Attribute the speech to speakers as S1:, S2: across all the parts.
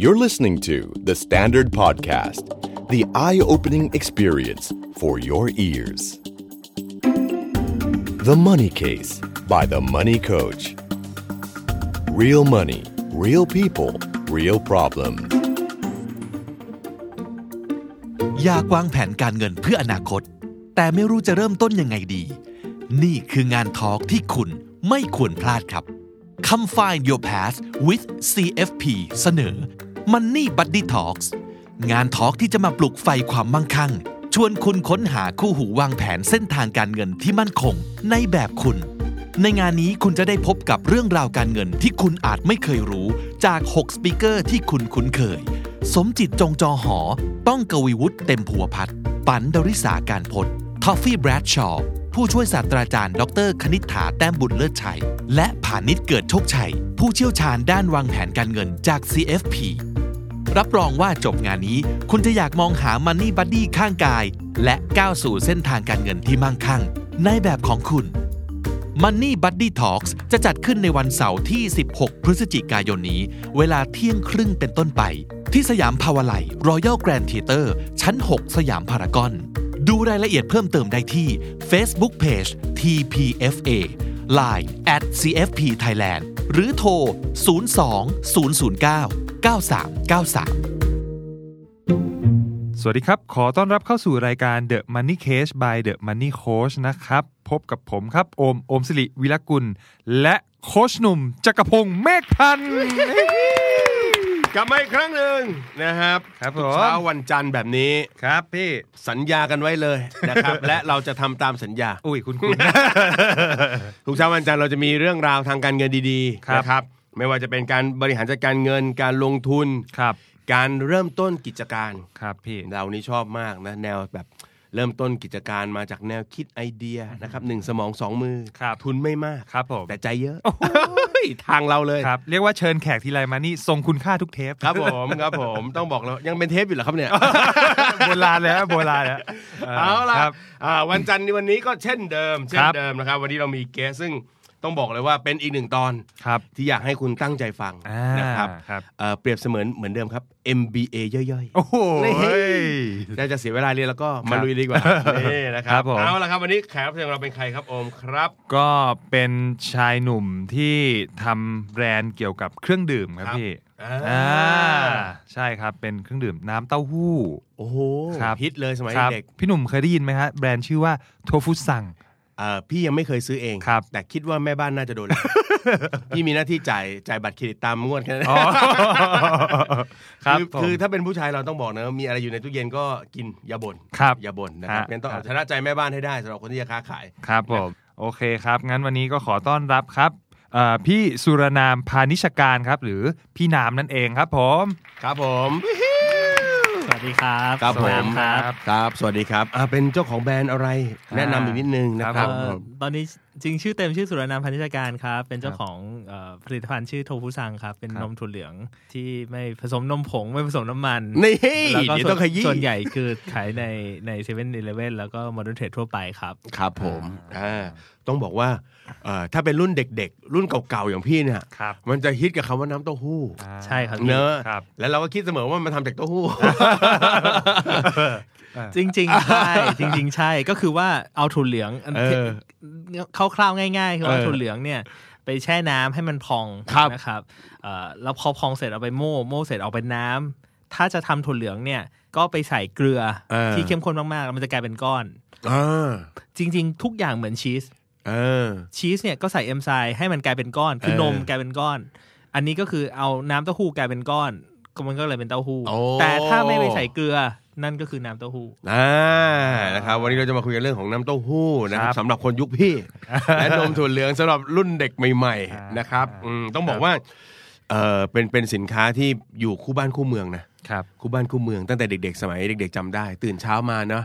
S1: You're listening to The Standard Podcast, the eye opening experience for your ears. The Money Case by The Money Coach. Real money, real people, real problem.
S2: อยากวางแผนการเงินเพื่ออนาคต แต่ไม่รู้จะเริ่มต้นยังไงดี นี่คืองานทอล์กที่คุณไม่ควรพลาดครับ Come Find Your Path with CFP เสนอ Money Buddy Talks งานทอล์กที่จะมาปลุกไฟความมั่งคั่ง ชวนคุณค้นหาคู่หูวางแผนเส้นทางการเงินที่มั่นคงในแบบคุณ ในงานนี้คุณจะได้พบกับเรื่องราวการเงินที่คุณอาจไม่เคยรู้ จาก 6 สปีกเกอร์ที่คุณคุ้นเคย สมจิตจงจอหอ ต้องกวีวุฒิเต็มผัวพัดปันดริสาการพจน์ทอฟฟี่แบรดชอว์ผู้ช่วยศาสตราจารย์ ดร คณิษฐาแต้มบุญเลิศชัย และผานิชเกิดโชคชัย ผู้เชี่ยวชาญด้านวางแผนการเงินจาก CFP รับรองว่าจบงานนี้ คุณจะอยากมองหามันนี่บัดดี้ข้างกาย และก้าวสู่เส้นทางการเงินที่มั่งคั่ง ในแบบของคุณ Money Buddy Talks จะจัดขึ้นในวันเสาร์ที่ 16 พฤศจิกายนนี้ เวลาเที่ยงครึ่งเป็นต้นไป ที่สยามพาวาไลรอยัลแกรนด์เทเตอร์ชั้น 6 สยามพารากอน ดูรายละเอียดเพิ่มเติมได้ที่ Facebook Page TPFA Line at CFP Thailand หรือโทร 02 009 9393
S3: สวัสดีครับ ขอต้อนรับเข้าสู่รายการ The Money Case by The Money Coach นะครับ พบกับผมครับ โอม โอมสิริวิรกุล และโคชหนุ่มจักรพงศ์เมฆพันธ์
S4: กลับมาอีกครั้งหนึ่งนะครับ
S3: ครับผม
S4: ทุกเช้าวันจันทร์แบบนี้
S3: ครับพี่
S4: สัญญากันไว้เลย นะครับ และเราจะทำตามสัญญา
S3: อุ้ยคุณคุณ
S4: ทุกเช้าวันจันทร์เราจะมีเรื่องราวทางการเงินดี
S3: ครับ
S4: ๆนะครับ ไม่ว่าจะเป็นการบริหารจัดการเงิน การลงทุน
S3: ครับ
S4: การเริ่มต้นกิจการ
S3: ครับพี่
S4: เรานี่ชอบมากนะแนวแบบเริ่มต้นกิจการมาจากแนวคิดไอเดียนะครับหนึ่งสมองสองมือ
S3: ครับ
S4: ทุนไม่มาก
S3: ครับผม
S4: แต่ใจเยอะทางเราเลย
S3: ครับ เรียกว่าเชิญแขกทีไรมานี่ทรงคุณค่าทุกเทป
S4: ครับผมครับผมต้องบอกแล้วยังเป็นเทปอยู่เหรอครับเนี่ย
S3: โบราณแล้วโบราณแล้ว
S4: เอาล่ะ
S3: ครับ
S4: อ่าวันจันทร์นี้วันนี้ก็เช่นเดิม เช่
S3: คน รับ
S4: เดิมนะครับ วันนี้เรามีเกสซึ่งต้องบอกเลยว่าเป็นอีกหนึ่งตอน
S3: ครับ
S4: ที่อยากให้คุณตั้งใจฟัง
S3: อ่า
S4: นะครับ
S3: ครับ
S4: เอ่อเปรียบเสมือนเหมือนเดิมครับ MBA ย่อย
S3: โอ้โห
S4: ๆน่าจะเสียเวลาเรียนแล้วก็
S3: ครั
S4: มา
S3: บ
S4: ลุยดีกว่านี่นะค
S3: ครั
S4: รับบ
S3: ผม
S4: เอาละครับวันนี้แขกรับเชิญของเราเป็นใครครับโอมครับ
S3: ก็เป็นชายหนุ่มที่ทำแบรนด์เกี่ยวกับเครื่องดื่มครับ
S4: ครับ
S3: พี่
S4: อ่า
S3: อ่าใช่ครับเป็นเครื่องดื่มน้ำเต้าหู้
S4: โอ้โห
S3: ครับ
S4: ฮิตเลยสมัย
S3: ครับ
S4: เด็ก
S3: พี่หนุ่มเคยได้ยินไหมฮะแบรนด์ชื่อว่าโทฟุซัง
S4: เอ่อพี่ยังไม่เคยซื้อเอง
S3: ครับ
S4: แต่คิดว่าแม่บ้านน่าจะโด น พี่มีหน้าที่จ่ายจ่ายบัตรเครดิตตามงวดแค่นั้น
S3: ครับ
S4: คือ
S3: ผม
S4: คือถ้าเป็นผู้ชายเราต้องบอกนะมีอะไรอยู่ในตู้เย็นก็กินอย่าบ่น
S3: ครับ
S4: อย่าบ่นนะครับ
S3: ฮะ
S4: งั้นต้อง
S3: ครั
S4: เอา
S3: บ
S4: ชนะใจแม่บ้านให้ได้สำหรับคนที่จะค้าขาย
S3: ครับผมโอเคครับ งั้นวันนี้ก็ขอต้อนรับครับเอ่อพี่สุรนามพานิชการครับ หรือพี่นามนั่นเองครับผม
S4: ครับผม
S5: สวัสดีครับ
S4: ครับ
S5: สวัส
S4: ผม
S5: ดีครับ
S3: ครับ
S4: ครับ สวัสดีครับอ่าเป็นเจ้าของแบรนด์อะไร
S3: อ่า
S4: แนะนำอีกนิดนึงนะค
S3: ครั
S4: รั
S3: บบ ผม
S5: เอ่อตอนนี้จริงชื่อเต็มชื่อสุรนามพันธิชาการครับ เป็นเจ้าของเอ่อผลิตภัณฑ์ชื่อโทฟุซังครับ เป็น
S3: ครับ
S5: นมถั่วเหลืองที่ไม่ผสมนมผง ไม่ผสมน้ำมัน
S4: นี่
S5: แล้วก็
S4: เดี๋ยวต้องขยี้
S5: ส่วนใหญ่คือขายในในเซเว่นอีเลเว่นแล้วก็มอเดิร์นเทรดทั่วไปครับ
S4: ครับผมอ่าต้องบอกว่าเอ่อถ้าเป็นรุ่นเด็กๆ รุ่นเก่าๆ อย่างพี่เนี่ย
S3: ครับ
S4: มันจะฮิตกับคำว่าน้ำเต้าหู้
S5: ใช่ครับ
S4: เนอะ
S3: ครับ
S4: แล้วเราก็คิดเสมอว่ามันทำจากเต้าหู้
S5: จริง ๆ ใช่ จริง ๆ ใช่ก็คือว่าเอาถั่วเหลือง
S4: เออ
S5: คร่าวๆง่าย ๆ คือว่า
S4: เออ
S5: ถั่วเหลืองเนี่ยไปแช่น้ำให้มันพอง
S4: ครับ
S5: นะครับเอ่อแล้วพอพองเสร็จเอาไปโม่โม่เสร็จเอาเป็นน้ำถ้าจะทำถั่วเหลืองเนี่ยก็ไปใส่เกลือ
S4: เออ
S5: ที่เข้มข้นมากๆแล้วมันจะกลายเป็นก้อน
S4: อ่า
S5: จริง ๆ ทุกอย่างเหมือนชีส
S4: เออ
S5: ชีสเนี่ยก็ใส่เอนไซม์ให้มันกลายเป็นก้อน คือ
S4: เออน
S5: มกลายเป็นก้อน อันนี้ก็คือเอาน้ำเต้าหู้กลายเป็นก้อนก็มันก็เลยเป็นเต้าหู้
S4: โอ้
S5: แต่ถ้าไม่ไปใส่เกลือนั่นก็คือน้ำเต้าหู้
S4: อ่านะครับวันนี้เราจะมาคุยกันเรื่องของน้ำเต้าหู้นะค
S3: ครั
S4: รับบ สำหรับคนยุค พี่ และนมถั่วเหลืองสำหรับรุ่นเด็กใหม่
S3: อ่า
S4: ๆนะครับ
S3: อ่า
S4: อืมต้องบอกว่าเออเป็นเป็นสินค้าที่อยู่คู่บ้านคู่เมืองนะครับ คู่บ้านคู่เมืองตั้งแต่เด็ก ๆ สมัยเด็ก ๆจำได้ ตื่นเช้ามาเนาะ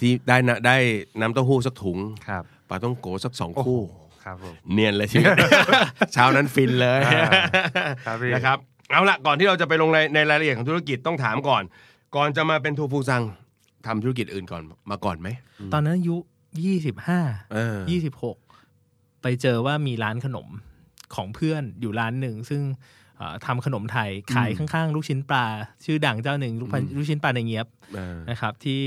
S4: ที่ได้นะได้น้ำเต้าหู้สักถุง
S3: ครับ
S4: ปลาต้องโกสักสอง
S3: โอ้โห
S4: คู่
S3: ครับผม
S4: เนียนเลยชี วิต เช้านั้นฟินเลย
S3: อ่าครับพี่
S4: นะครับเอาละก่อนที่เราจะไปลงในในรายละเอียดของธุรกิจต้องถามก่อน ก่อนจะมาเป็นทูฟูซังทำธุรกิจอื่นก่อนมาก่อนไหม
S5: ตอนนั้นอายุยี่สิบห้า
S4: เออ
S5: ยี่สิบหกไปเจอว่ามีร้านขนมของเพื่อนอยู่ร้านหนึ่ง ซึ่ง เอ่อทำขนมไทยขายข้างๆ ลูกชิ้นปลา ชื่อดังเจ้าหนึ่งลูกพันลูกชิ้นปลาในเงียบ
S4: เออ
S5: นะครับที่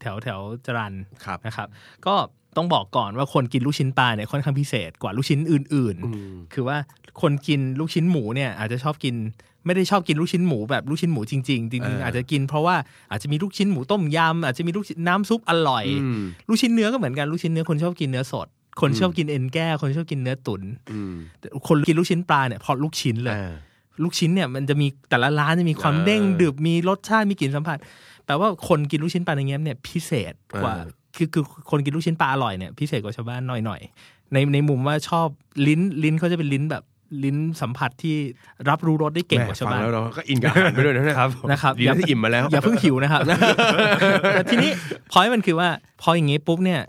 S5: แถวแถวจรัน
S4: ครับ
S5: นะครับ ก็ต้องบอกก่อนว่าคนกินลูกชิ้นปลาเนี่ยค่อนข้างพิเศษกว่าลูกชิ้นอื่น
S4: อื
S5: ๆ
S4: ม
S5: คือว่าคนกินลูกชิ้นหมูเนี่ยอาจจะชอบกินไม่ได้ชอบกินลูกชิ้นหมูแบบลูกชิ้นหมูจริงๆจ
S4: เอ
S5: ริง
S4: อ
S5: ๆ
S4: อ
S5: อาจจะกินเพราะว่าอาจจะมีลูกชิ้นหมูต้มยำอาจจะมีลูกชิ้นน้ำซุปอร่อย
S4: อืม
S5: ลูกชิ้นเนื้อก็เหมือนกันลูกชิ้นเนื้อคนชอบกินเนื้อสด คนชอบกินเอ็นแก้วคนชอบกินเนื้อตุน
S4: อืม
S5: แต่คนกินลูกชิ้นปลาเนี่ยเพราะลูกชิ้นเล
S4: เอย อ
S5: ลูกชิ้นเนี่ยมันจะมีแต่ละร้านจะมีความ
S4: เออ
S5: เด้งดึบมีรสชาติมีกลิ่นสัมผัสแปลว่าคนกินลูกชิ้นปลาในเงี้ยเนี่ยพิเศษกว่า
S4: เออ
S5: คือคือคนกินลูกชิ้นปลาอร่อยเนี่ยพิเศษกว่าชาวบ้านหน่อยหน่อยๆในในมุมว่าชอบลิ้นลิ้นเขาจะเป็นลิ้นแบบลิ้นสัมผัสที่รับรู้รสได้เก่งกว่าชาวบ้าน
S4: แม่ฟังแล้วเราก็อินกับอาหารไปด้วยนะเนี่ย
S3: ครับ
S5: นะครับ
S4: ดีนะที่อิ่มมาแล้ว
S5: อย่าเพิ่งหิวนะครับ แต่ทีนี้พอยมันคือว่าพออย่างงี้ปุ๊บเนี่ย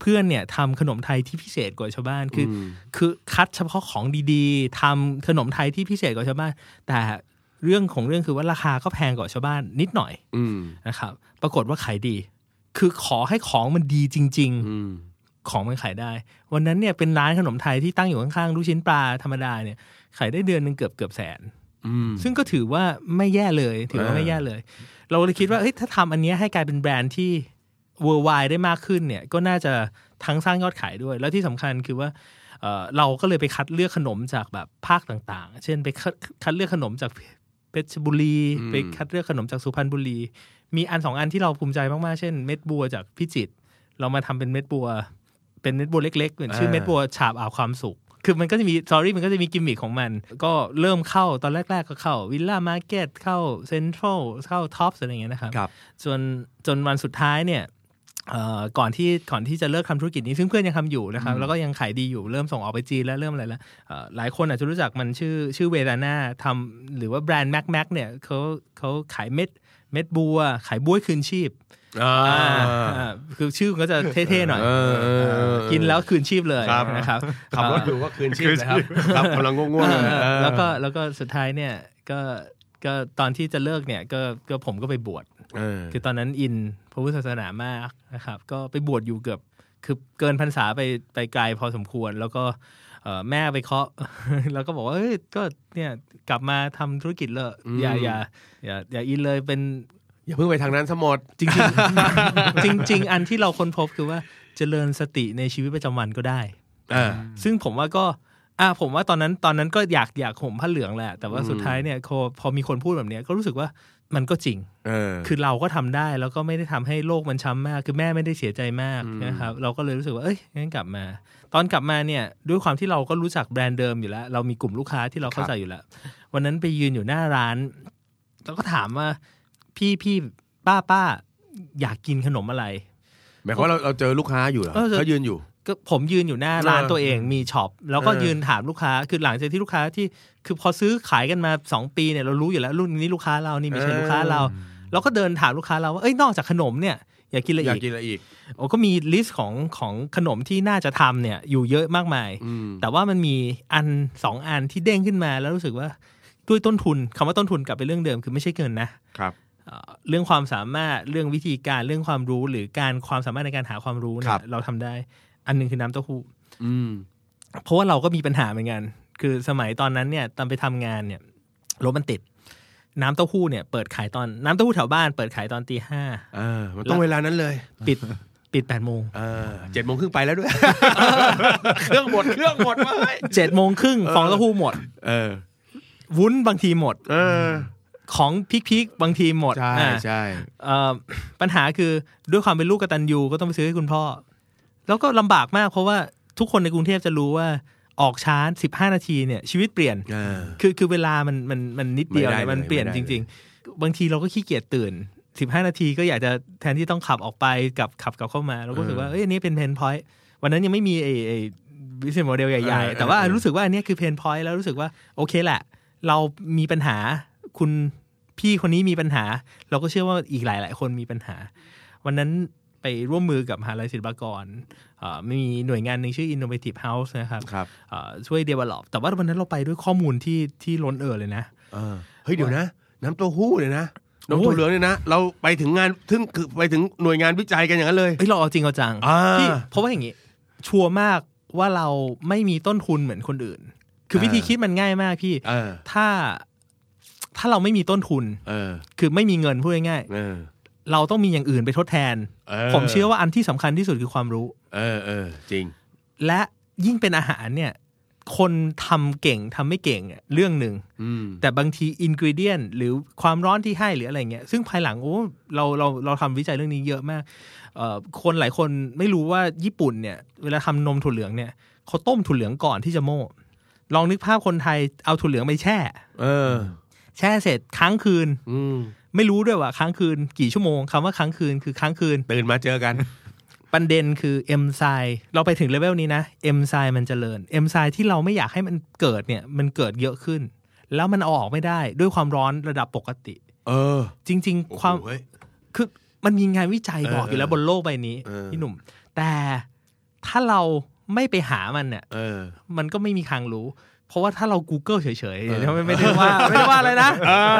S5: เพื่อนเนี่ยทำขนมไทยที่พิเศษกว่าชาวบ้านคืออคือคัดเฉพาะของดีๆทำขนมไทยที่พิเศษกว่าชาวบ้าน แต่เรื่องของเรื่องคือว่าราคาก็แพงกว่าชาวบ้านนิดหน่อย
S4: อืม
S5: นะครับ ปรากฏว่าขายดี คือขอให้ของมันดีจริง ๆ
S4: อืม
S5: ของมันขายได้ วันนั้นเนี่ยเป็นร้านขนมไทยที่ตั้งอยู่ข้างๆลูกชิ้นปลาธรรมดาเนี่ยขายได้เดือนหนึ่งเกือบเกือบแสน ซึ่งก็ถือว่าไม่แย่เลย ถือว่า
S4: เออ
S5: ไม่แย่เลย เราเลยคิดว่าเฮ้ยถ้าทำอันเนี้ยให้กลายเป็นแบรนด์ที่ worldwide ได้มากขึ้นเนี่ยก็น่าจะทั้งสร้างยอดขายด้วย แล้วที่สำคัญคือว่าเอ่อเราก็เลยไปคัดเลือกขนมจากแบบภาคต่างๆ เช่นไปคัดคัดเลือกขนมจากเพชรบุรี ไปคัดเลือกขนมจากสุพรรณบุรี มีอันสองอันที่เราภูมิใจมากๆ เช่นเม็ดบัวจากพิจิตร เรามาทำเป็นเม็ดบัว เป็นเม็ดบัวเล็กๆ เหมือนชื่อ
S4: อ่า
S5: เม็ดบัวฉาบอ่าวความสุข คือมันก็จะมีสอรี่มันก็จะมีกิมมิคของมัน ก็เริ่มเข้าตอนแรก ๆ ก็เข้าวิลล่ามาร์เก็ตเข้าเซ็นทรัลเข้าท็อปอะไรอย่างเงี้ยนะครับ
S4: ครับ
S5: จนจนวันสุดท้ายเนี่ยเอ่อก่อนที่ก่อนที่จะเลิกทำธุรกิจนี้ ซึ่งเพื่อนยังทำอยู่นะครับ แล้วก็ยังขายดีอยู่เริ่มส่งออกไปจีนแล้วเริ่มอะไรแล้วเอ่อหลายคนอาจจะรู้จักมันชื่อชื่อเวลาน่าทำหรือว่าแบรนด์แม็กแม็กเนี่ยเขาเขาขายเม็ดเม็ดบัว ขายบ้วยคืนชีพ
S4: อ่า
S5: อ่าคือชื่อมันก็จะเท่ๆหน่อย
S4: เออเออเออ
S5: กินแล้วคืนชีพเลย
S4: ครับ
S5: นะครับ
S4: ขับรถอยู่ก็คืนชีพนะครับครับกำลังง่วง
S5: เอ
S4: ๆอยู่
S5: อ
S4: นะเออ
S5: แล้วก็แล้วก็สุดท้ายเนี่ยก็ก็ตอนที่จะเลิกเนี่ยก็ก็ผมก็ไปบวช
S4: เออ
S5: คือตอนนั้นอินพระพุทธศาสนามากนะครับ ก็ไปบวชอยู่เกือบคือเกินพรรษาไปไปไกลพอสมควร แล้วก็เอ่อแม่ไปเคาะ แล้วก็บอกว่าเอ้ยก็เนี่ยกลับมาทำธุรกิจเลยอย่า
S4: อืม
S5: อย่าอย่าอย่าอินเลยเป็น
S4: อย่าเพิ่งไปทางนั้นสมด
S5: จริงๆ จริง ๆ อันที่เราค้นพบคือว่าเจริญสติในชีวิตประจำวันก็ได้
S4: อ่า
S5: ซึ่งผมว่าก็อ่าผมว่าตอนนั้นตอนนั้นก็อยากอยากห่มผ้าเหลืองแหละ แต่ว่าสุดท้ายเนี่ยพอพอมีคนพูดแบบเนี้ยก็รู้สึกว่ามันก็จริง
S4: เออ
S5: คือเราก็ทำได้แล้วก็ไม่ได้ทำให้โลกมันช้ำมาก คือแม่ไม่ได้เสียใจมากนะครับ เราก็เลยรู้สึกว่าเอ้ยงั้นกลับมา ตอนกลับมาเนี่ยด้วยความที่เราก็รู้จักแบรนด์เดิมอยู่แล้ว เรามีกลุ่มลูกค้าที่เราเข้าใจอยู่แล้ว วันนั้นไปยืนอยู่หน้าร้าน แล้วก็ถามว่าพี่พี่ป้าป้าอยากกินขนมอะไร
S4: หมายความว่าเราเราเจอลูกค้าอยู่เหรอ
S5: เออเจอ
S4: เขายืนอยู่
S5: ก็ผมยืนอยู่หน้าร้าน
S4: เออ
S5: ตัวเองมีช็อปแล้วก็
S4: เออ
S5: ยืนถามลูกค้าคือหลังจากที่ลูกค้าที่คือพอซื้อขายกันมา 2 ปีเนี่ยเรารู้อยู่แล้วรุ่นนี้ลูกค้าเรานี่ไม่ใช่ลูกค้าเราเราก็เดินถามลูกค้าเราว่าเอ้ยนอกจากขนมเนี่ยอยากกินอะไร
S4: อยาก
S5: อีก
S4: กินอะไรอีก
S5: โอ้ก็มีลิสต์ของของขนมที่น่าจะทำเนี่ยอยู่เยอะมากมาย
S4: อืม
S5: แต่ว่ามันมีอันสองอันที่เด้งขึ้นมาแล้วรู้สึกว่าด้วยต้นทุนคำว่าต้นทุนกลับไปเรื่องเดิมคือไม่ใช่เกินนะครับ เอ่อเรื่องความสามารถเรื่องวิธีการเรื่องความรู้หรือการความสามารถในการหาความรู้เนี่
S4: ครั
S5: ย
S4: บ
S5: เราทำได้ อันหนึงคือน้ำเต้าหู้
S4: อืม
S5: เพราะว่าเราก็มีปัญหาเหมือนกัน คือสมัยตอนนั้นเนี่ยตอนไปทำงานเนี่ยรถมันติด น้ำเต้าหู้เนี่ยเปิดขายตอนน้ำเต้าหู้แถวบ้านเปิดขายตอนตีห้า
S4: เออ มันต้องเวลานั้นเลย
S5: ปิด ปิดแปดโมง
S4: เออเจ็ดโมงครึ่งไปแล้วด้วย เครื่องหมด เครื่องหมดไว้ย
S5: เจ็ดโมงครึ่งฟองเต้าหู้หมด
S4: เออ
S5: วุ้นบางทีหมด
S4: เออ
S5: ของพิกๆบางทีหมด
S4: ใช่
S5: อ่า
S4: ใช่
S5: เอ่อปัญหาคือด้วยความเป็นลูกกตัญญูก็ต้องไปซื้อให้คุณพ่อ แล้วก็ลำบากมากเพราะว่าทุกคนในกรุงเทพจะรู้ว่าออกช้าสิบห้านาทีเนี่ยชีวิตเปลี่ยน
S4: เออ
S5: คือคือเวลามันมันมันนิดเดียว
S4: ไม่ได้
S5: เนี่ยมัน
S4: เลย
S5: เปลี่ยน
S4: ไม่ได้
S5: จ
S4: เลย
S5: ริง ๆ บางทีเราก็ขี้เกียจตื่น 15 นาทีก็อยากจะแทนที่ต้องขับออกไปกับขับกลับเข้ามาเราก็รู้สึกว่าเอ้ยอันนี้เป็นเพนพอยต์วันนั้นยังไม่มีไอ้ไอ้บิสเนสโมเดลใหญ่ ๆ แต่ว่ารู้สึกว่าอันเนี้ยคือเพนพอยต์แล้วรู้สึกว่าโอเคแหละ เรามีปัญหาคุณพี่คนนี้มีปัญหา เราก็เชื่อว่าอีกหลาย ๆ คนมีปัญหา วันนั้นไปร่วมมือกับมหาลัยศิลปากรเอ่อมีหน่วยงานหนึ่งชื่อ Innovative House นะครับ
S4: ครับ
S5: เอ่อช่วย develop แต่ว่าวันนั้นเราไปด้วยข้อมูลที่ที่ล้นเอ่อเลยนะ
S4: เออ เฮ้ย เดี๋ยวนะ น้ำเต้าหู้เนี่ยนะ น้ำ
S5: โอ้
S4: เต้าย เหลืองเนี่ยนะ เราไปถึงงานถึงคือไปถึงหน่วยงานวิจัยกันอย่างนั้นเลย
S5: เอ้ยเราเอาจริงเอาจัง
S4: อ่า
S5: ที่เพราะว่าอย่างนี้ ชัวร์มากว่าเราไม่มีต้นทุนเหมือนคนอื่น คือ
S4: เออ
S5: วิธีคิดมันง่ายมากพี่
S4: เออ
S5: ถ้าถ้าเราไม่มีต้นทุน
S4: เออ
S5: คือไม่มีเงินพูดง่าย
S4: เออ
S5: ๆเราต้องมีอย่างอื่นไปทดแทน
S4: เออ
S5: ผมเชื่อว่าอันที่สำคัญที่สุดคือความรู้
S4: เออเออจริง
S5: และยิ่งเป็นอาหารเนี่ย คนทำเก่งทำไม่เก่งเนี่ยเรื่องหนึ่ง
S4: อืม
S5: แต่บางทีอินก e เดียนหรือความร้อนที่ให้หรืออะไรเงี้ยซึ่งภายหลังโอ้เราเราเราทำวิจัยเรื่องนี้เยอะมากเอ่อคนหลายคนไม่รู้ว่าญี่ปุ่นเนี่ย เวลาทำนมถั่วเหลืองเนี่ยเขาต้มถั่วเหลืองก่อนที่จะโม่ลองนึกภาพคนไทยเอาถั่วเหลืองไปแช่
S4: เออ
S5: แช่เสร็จค้างคืน
S4: อืม
S5: ไม่รู้ด้วยว่าค้างคืน กี่ชั่วโมงคำว่าค้างคืนคือค้างคืน
S4: ตื่นมาเจอกัน
S5: ประเด็นคือเอ z ไซเราไปถึงเลเวลนี้นะเอ z ไซมันเจริญเอ z ไซที่เราไม่อยากให้มันเกิดเนี่ยมันเกิดเยอะขึ้น แล้วมันเอาออกไม่ได้ด้วยความร้อนระดับปกติ
S4: เออ
S5: จริง
S4: โอ้
S5: ๆ
S4: โห
S5: ความ
S4: เฮ้ย
S5: คือมันมีงานวิจัย
S4: เออ
S5: บอกอยู่แล้ว
S4: เออบ
S5: นโลกใบนี้
S4: เออ
S5: พี่หนุ่ม แต่ถ้าเราไม่ไปหามันเนี่ย
S4: เออ
S5: มันก็ไม่มีทางรู้ เพราะว่าถ้าเรา Google เฉยๆเดี๋ยวไม่ไม่ได้ว่าไม่ได้ว่าอะไรนะ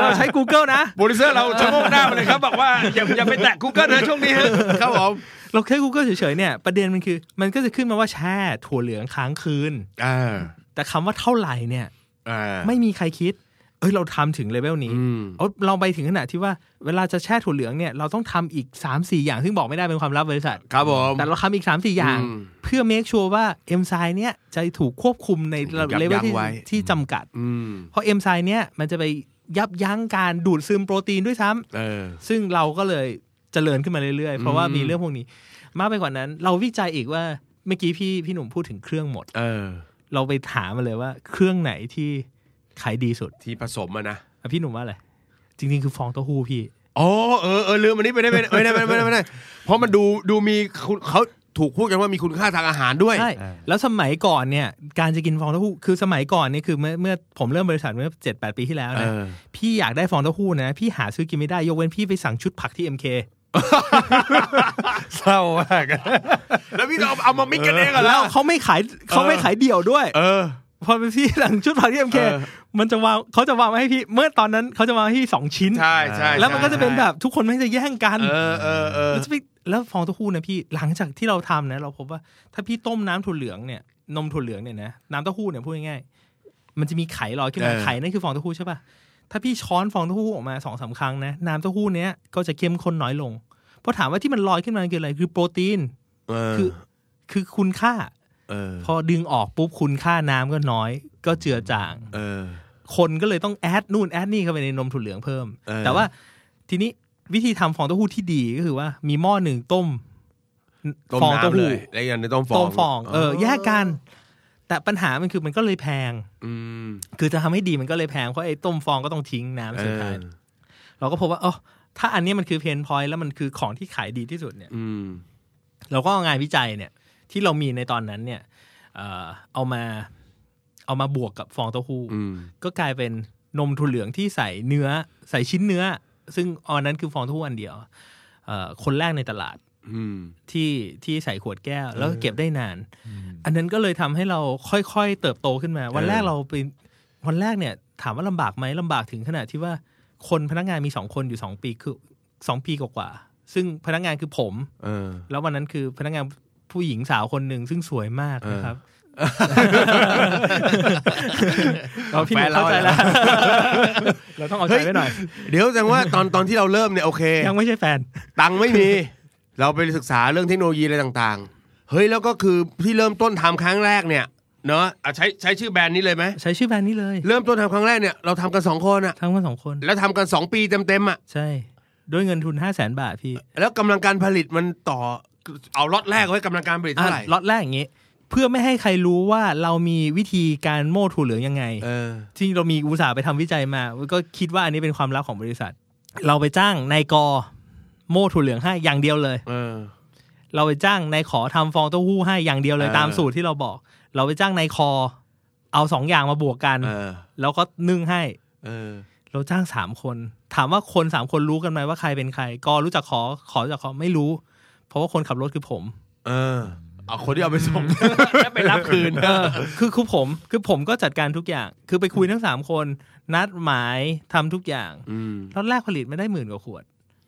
S5: เราใช้ Google นะ
S4: โปรดิวเซอร์เราชะโงกหน้ามาเลยครับ บอกว่า อย่าอย่าไปแตะ Google นะช่วงนี้ฮะครับผม
S5: เราใช้ Google เฉยๆเนี่ยประเด็นมันคือ มันก็จะขึ้นมาว่าแช่ถั่วเหลืองค้างคืน
S4: อ่า
S5: แต่คำว่าเท่าไหร่เนี่ย
S4: อ่า
S5: ไม่มีใครคิด เอ้ย เราทำถึงเลเวลนี้
S4: อืม
S5: เอาเราไปถึงขนาดที่ว่า เวลาจะแช่ถั่วเหลืองเนี่ย เราต้องทำอีก 3 4 อย่าง ซึ่งบอกไม่ได้เป็นความลับบริษัท
S4: ครับผม
S5: แต่เราทำอีก 3 4 อย่าง
S4: อืม
S5: เพื่อเมคชัวร์ว่าเอนไซม์เนี่ย จะถูกควบคุมใน
S4: ยับยั้ง
S5: เลเวลที่
S4: ไว้
S5: ที่จำกัด
S4: อืม
S5: เพราะเอนไซม์เนี่ย มันจะไปยับยั้งการดูดซึมโปรตีนด้วยซ้ำ
S4: เออ
S5: ซึ่งเราก็เลยเจริญขึ้นมาเรื่อยๆ เพราะว่ามีเรื่องพวกนี้ มากไปกว่านั้น เราวิจัยอีกว่า เมื่อกี้พี่พี่หนุ่มพูดถึงเครื่องหมด
S4: เออ
S5: เราไปถามมาเลยว่าเครื่องไหนที่ขายดีสุด
S4: ที่ผสมอะนะ
S5: อ่ะพี่หนุ่มว่าอะไร จริงๆ คือฟองเต้าหู้พี่
S4: อ๋อเออเออลืมอันนี้ไปได้ไม่ได้ไม่ได้ไม่ได้ไม่ได้ไม่ได้ เพราะมันดูดูมีคุณเขาถูกพูดกันว่ามีคุณค่าทางอาหารด้วย
S5: ใช่ แล้วสมัยก่อนเนี่ย การจะกินฟองเต้าหู้ คือสมัยก่อนเนี่ยคือเมื่อเมื่อผมเริ่มบริษัทเมื่อเจ็ดแปดปีที่แล้วนะ
S4: เออ
S5: พี่อยากได้ฟองเต้าหู้นะ พี่หาซื้อกินไม่ได้ ยกเว้นพี่ไปสั่งชุดผักที่ MK
S3: เศร้ามาก
S4: แล้วพี่ก็เอาเอามามิกกันเองเหรอ
S5: แล้วเขาไม่ขายเขาไม่ขายเดี่ยวด้วย
S4: เออ
S5: พอไปพี่สั่งชุดผักที่ MK
S4: เออ
S5: มันจะวางเขาจะวางมาให้พี่ เมื่อตอนนั้นเขาจะวางให้พี่สองชิ้น
S4: ใช่ใช่
S5: แล้วมันก็จะเป็นแบบทุกคนไม่จะแย่งกัน
S4: เออเออเออ
S5: แล้วจะไปแล้วฟองเต้าหู้นะพี่หลังจากที่เราทำนะ เราพบว่าถ้าพี่ต้มน้ำถั่วเหลืองเนี่ยนมถั่วเหลืองเนี่ยนะน้ำเต้าหู้เนี่ยพูดง่ายๆมันจะมีไข่ลอยขึ้นมาไข่นั่นคือฟองเต้าหู้ใช่ป่ะถ้าพี่ช้อนฟองเต้าหู้ออกมาสองสามครั้งนะน้ำเต้าหู้เนี้ยก็จะเข้มข้นน้อยลงเพราะถามว่าที่มันลอยขึ้นมาคืออะไรคือโปรตีน
S4: เออ
S5: คือ คือคุณค่า
S4: เออ
S5: พอดึงออกปุ๊บคุณค่าน้ำก็น้อย ก็เจือจาง
S4: เออ
S5: คนก็เลยต้องแอดนู่นแอดนี่เข้าไปในนมถั่วเหลืองเพิ่ม
S4: เออ
S5: แต่ว่าทีนี้วิธีทำฟองเต้าหู้ที่ดีก็คือว่า มีหม้อหนึ่งต้ม
S4: ต้ม
S5: ฟองเต้า
S4: น้ำเล
S5: หู้
S4: ยแล้วอีกอันนี้ต้มฟอง
S5: ต้มฟอง เออ แยกกัน แต่ปัญหามันคือมันก็เลยแพง
S4: อืม
S5: คือจะทำให้ดีมันก็เลยแพง เพราะไอ้ต้มฟองก็ต้องทิ้งน้ำ
S4: เอ
S5: สุดท้าย
S4: อ
S5: เราก็พบว่าเอ๋อถ้าอันเนี้ยมันคือเพนพอยต์แล้วมันคือของที่ขายดีที่สุดเนี่ย
S4: อืม
S5: เราก็เอางานวิจัยเนี่ย ที่เรามีในตอนนั้นเนี่ยเอ่อเอามาเอามาบวกกับฟองเต้าหู้
S4: อืม
S5: ก็กลายเป็นนมถั่วเหลืองที่ใส่เนื้อใส่ชิ้นเนื้อ ซึ่งอันนั้นคือฟองเต้าหู้อันเดียวเอ่อคนแรกในตลาด
S4: อืม
S5: ที่ที่ใส่ขวดแก้ว แล้วก็เก็บได้นาน อันนั้นก็เลยทำให้เราค่อยๆ เติบโตขึ้นมา วันแรกเราไปวันแรกเนี่ย ถามว่าลำบากไหมลำบากถึงขนาดที่ว่าคนพนักงานมีสองคนอยู่สองปีคือสองปีกว่าๆซึ่งพนักงานคือผม
S4: เออ
S5: แล้ววันนั้นคือพนักงานผู้หญิงสาวคนหนึ่งซึ่งสวยมาก นะครับเราพี่หนุ่มเข้าใจแล้ว เราต้องเอาใจไว้หน่อย
S4: เดี๋ยวแสดงว่าตอนตอนที่เราเริ่มเนี่ยโอเค
S5: ยังไม่ใช่แฟน
S4: ตังค์ไม่มี เราไปศึกษาเรื่องเทคโนโลยีอะไรต่างๆ เฮ้ยแล้วก็คือที่เริ่มต้นทำครั้งแรกเนี่ยเนาะอ่ะใช้ใช้ชื่อแบรนด์นี้เลยไหม
S5: ใช้ชื่อแฟนนี้เลย
S4: เริ่มต้นทำครั้งแรกเนี่ยเราทำกันสองคนอะ
S5: ทั้งวันสองคน
S4: แล้วทำกันสองปีเต็มๆอะ
S5: ใช่ ด้วยเงินทุนห้าแสนบาทพี่
S4: แล้วกำลังการผลิตมันต่อเอาล็อตแรกไว้กำลังการผลิตเท่าไหร่
S5: อ่ะล็อตแรกอย่างงี้ เพื่อไม่ให้ใครรู้ว่าเรามีวิธีการโม่ถั่วเหลืองยังไง
S4: เออ
S5: ที่เรามีอุตสาห์ไปทำวิจัยมา ก็คิดว่าอันนี้เป็นความลับของบริษัท เราไปจ้างนายกอโม่ถั่วเหลืองให้อย่างเดียวเลย
S4: เออ
S5: เราไปจ้างนายขอทำฟองเต้าหู้ให้อย่างเดียวเลย
S4: เออ
S5: ตามสูตรที่เราบอก เราไปจ้างนายคอ เอาสองอย่างมาบวกกัน
S4: เออ
S5: แล้วก็นึ่งให้
S4: เออ
S5: เราจ้างสามคน ถามว่าคนสามคนรู้กันไหมว่าใครเป็นใคร กอรู้จักขอขอรู้จักขอไม่รู้ เพราะว่าคนขับรถคือผม
S4: เออเอาคนที่เอาไปส่ง
S5: แล้วไปรับคืนคือคือผม คือผมก็จัดการทุกอย่าง คือไปคุยทั้งสามคน นัดหมายทำทุกอย่าง
S4: อืม
S5: รอบแรกผลิตไม่ได้หมื่นกว่าขวด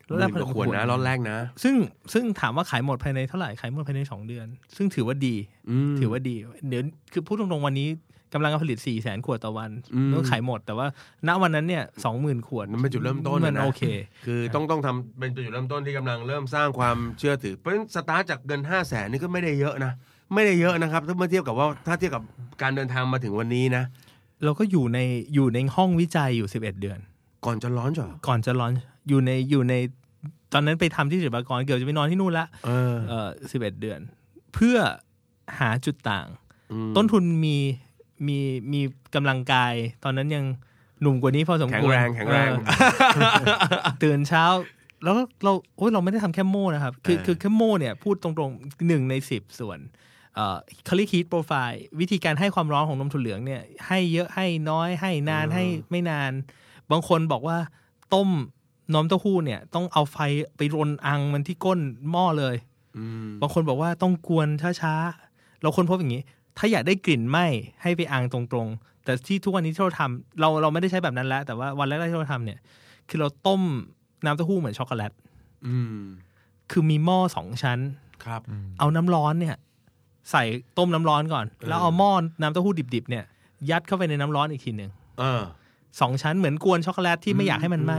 S4: หมื่นกว่าขวดนะล็อตแรกนะ
S5: ซึ่งซึ่งถามว่าขายหมดภายในเท่าไหร่ขายหมดภายในสองเดือน ซึ่งถือว่าดี
S4: อืม
S5: ถือว่าดี เดี๋ยวคือพูดตรงๆวันนี้ กำลังการผลิต 4 0 0 0 0 0 ขวดต่อวัน
S4: อืม
S5: ต้องขายหมด แต่ว่าณวันนั้นเนี่ย 20,000 ขวด
S4: นั่นเป็นจุดเริ่มต้น
S5: มัน
S4: นะ
S5: โอเค
S4: คือต้องต้องทำเป็นจุดเริ่มต้นที่กำลังเริ่มสร้างความเชื่อถือ เพราะฉะนั้นสตาร์ทจากเงิน5 0 0แสนนี่ก็ไม่ได้เยอะนะ ไม่ได้เยอะนะครับ ถ้าเมื่อเทียบกับว่าถ้าเทียบกับการเดินทางมาถึงวันนี้นะ
S5: เราก็อยู่ในอยู่ในห้องวิจัยอยู่ 11 เดือน
S4: ก่อนจะร้อนจ่อ
S5: ก่อนจะร้อนอยู่ในอยู่ในตอนนั้นไปทำที่จุฬากรเกือบจะไปนอนที่นู่นละ
S4: เออ
S5: เออ11 เดือน เพื่อหาจุดต่าง
S4: อืม
S5: ต้นทุนมีมีมีกำลังกาย ตอนนั้นยังหนุ่มกว่านี้พอสมค
S4: แข็
S5: วร
S4: งแรงแข็งแรง
S5: เออตื่นเช้า แล้วเราโอ้ยเราไม่ได้ทำแค่โม่นะครับ คือ
S4: เออ
S5: คือแค่โม่เนี่ยพูดตรงๆหนึ่งในสิบส่วนเอ่อคลิกฮีทโปรไฟล์วิธีการให้ความร้อนของนมถั่วเหลืองเนี่ย ให้เยอะให้น้อยให้นานให้ไม่นาน บางคนบอกว่าต้มนมเต้าหู้เนี่ยต้องเอาไฟไปรนอังมันที่ก้นหม้อเลย
S4: อืม
S5: บางคนบอกว่าต้องกวนช้าๆ เราค้นพบอย่างนี้ ถ้าอยากได้กลิ่นไหมให้ไปอ่างตรงๆ แต่ที่ทุกวันนี้ที่เราทำเราเราไม่ได้ใช้แบบนั้นแล้ว แต่ว่าวันแรกๆที่เราทำเนี่ย คือเราต้มน้ำเต้าหู้เหมือนช็อกโกแลต
S4: อืม
S5: คือมีหม้อสองชั้น
S4: ครับ
S5: เอาน้ำร้อนเนี่ย ใส่ต้มน้ำร้อนก่อน แล้วเอาหม้อน้ำเต้าหู้ดิบๆเนี่ย ยัดเข้าไปในน้ำร้อนอีกทีหนึ่ง
S4: เออ
S5: สองชั้นเหมือนกวนช็อกโกแลตที่ไม่อยากให้มันไหม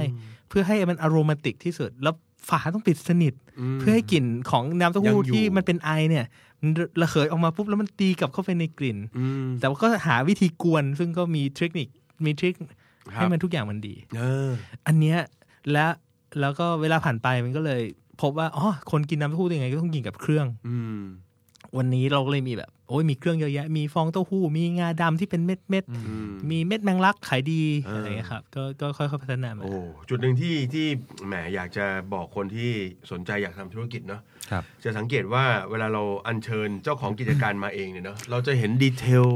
S5: เพื่อให้มันอโรมาติกที่สุด แล้วฝาต้องปิดสนิท
S4: อืม
S5: เพื่อให้กลิ่นของน้ำเต้า
S4: ยั
S5: หู้
S4: งอยู่
S5: ที่มันเป็นไอเนี่ยมันระเหยออกมาปุ๊บแล้วมันตีกลับเข้าไปในกลิ่น
S4: อืม
S5: แต่ว่าก็หาวิธีกวนซึ่งก็มีเทคนิคมีทริค
S4: ครับ
S5: ให้มันทุกอย่างมันดี
S4: เออ
S5: อันเนี้ยและแล้วก็เวลาผ่านไปมันก็เลย พบว่าอ๋อคนกินน้ำเต้าหู้ยังไงก็ต้องกินกับเครื่อง
S4: อืม
S5: วันนี้เราก็เลยมีแบบโอ้ยมีเครื่องเยอะแยะ มีฟองเต้าหู้มีงาดำที่เป็นเม็ดเม็ดๆ
S4: อืม
S5: มีเม็ดแมงลักขายดี
S4: เอออ
S5: อะไรเงี้ยครับก็ก็ค่อยๆพัฒนามา
S4: โอ้จุดหนึ่งที่ที่แหมอยากจะบอกคนที่สนใจอยากทำธุรกิจเนาะ
S3: ครับ
S4: จะสังเกตว่าเวลาเราอัญเชิญเจ้าของกิจการมาเองเนี่ยเนาะเราจะเห็นดีเทล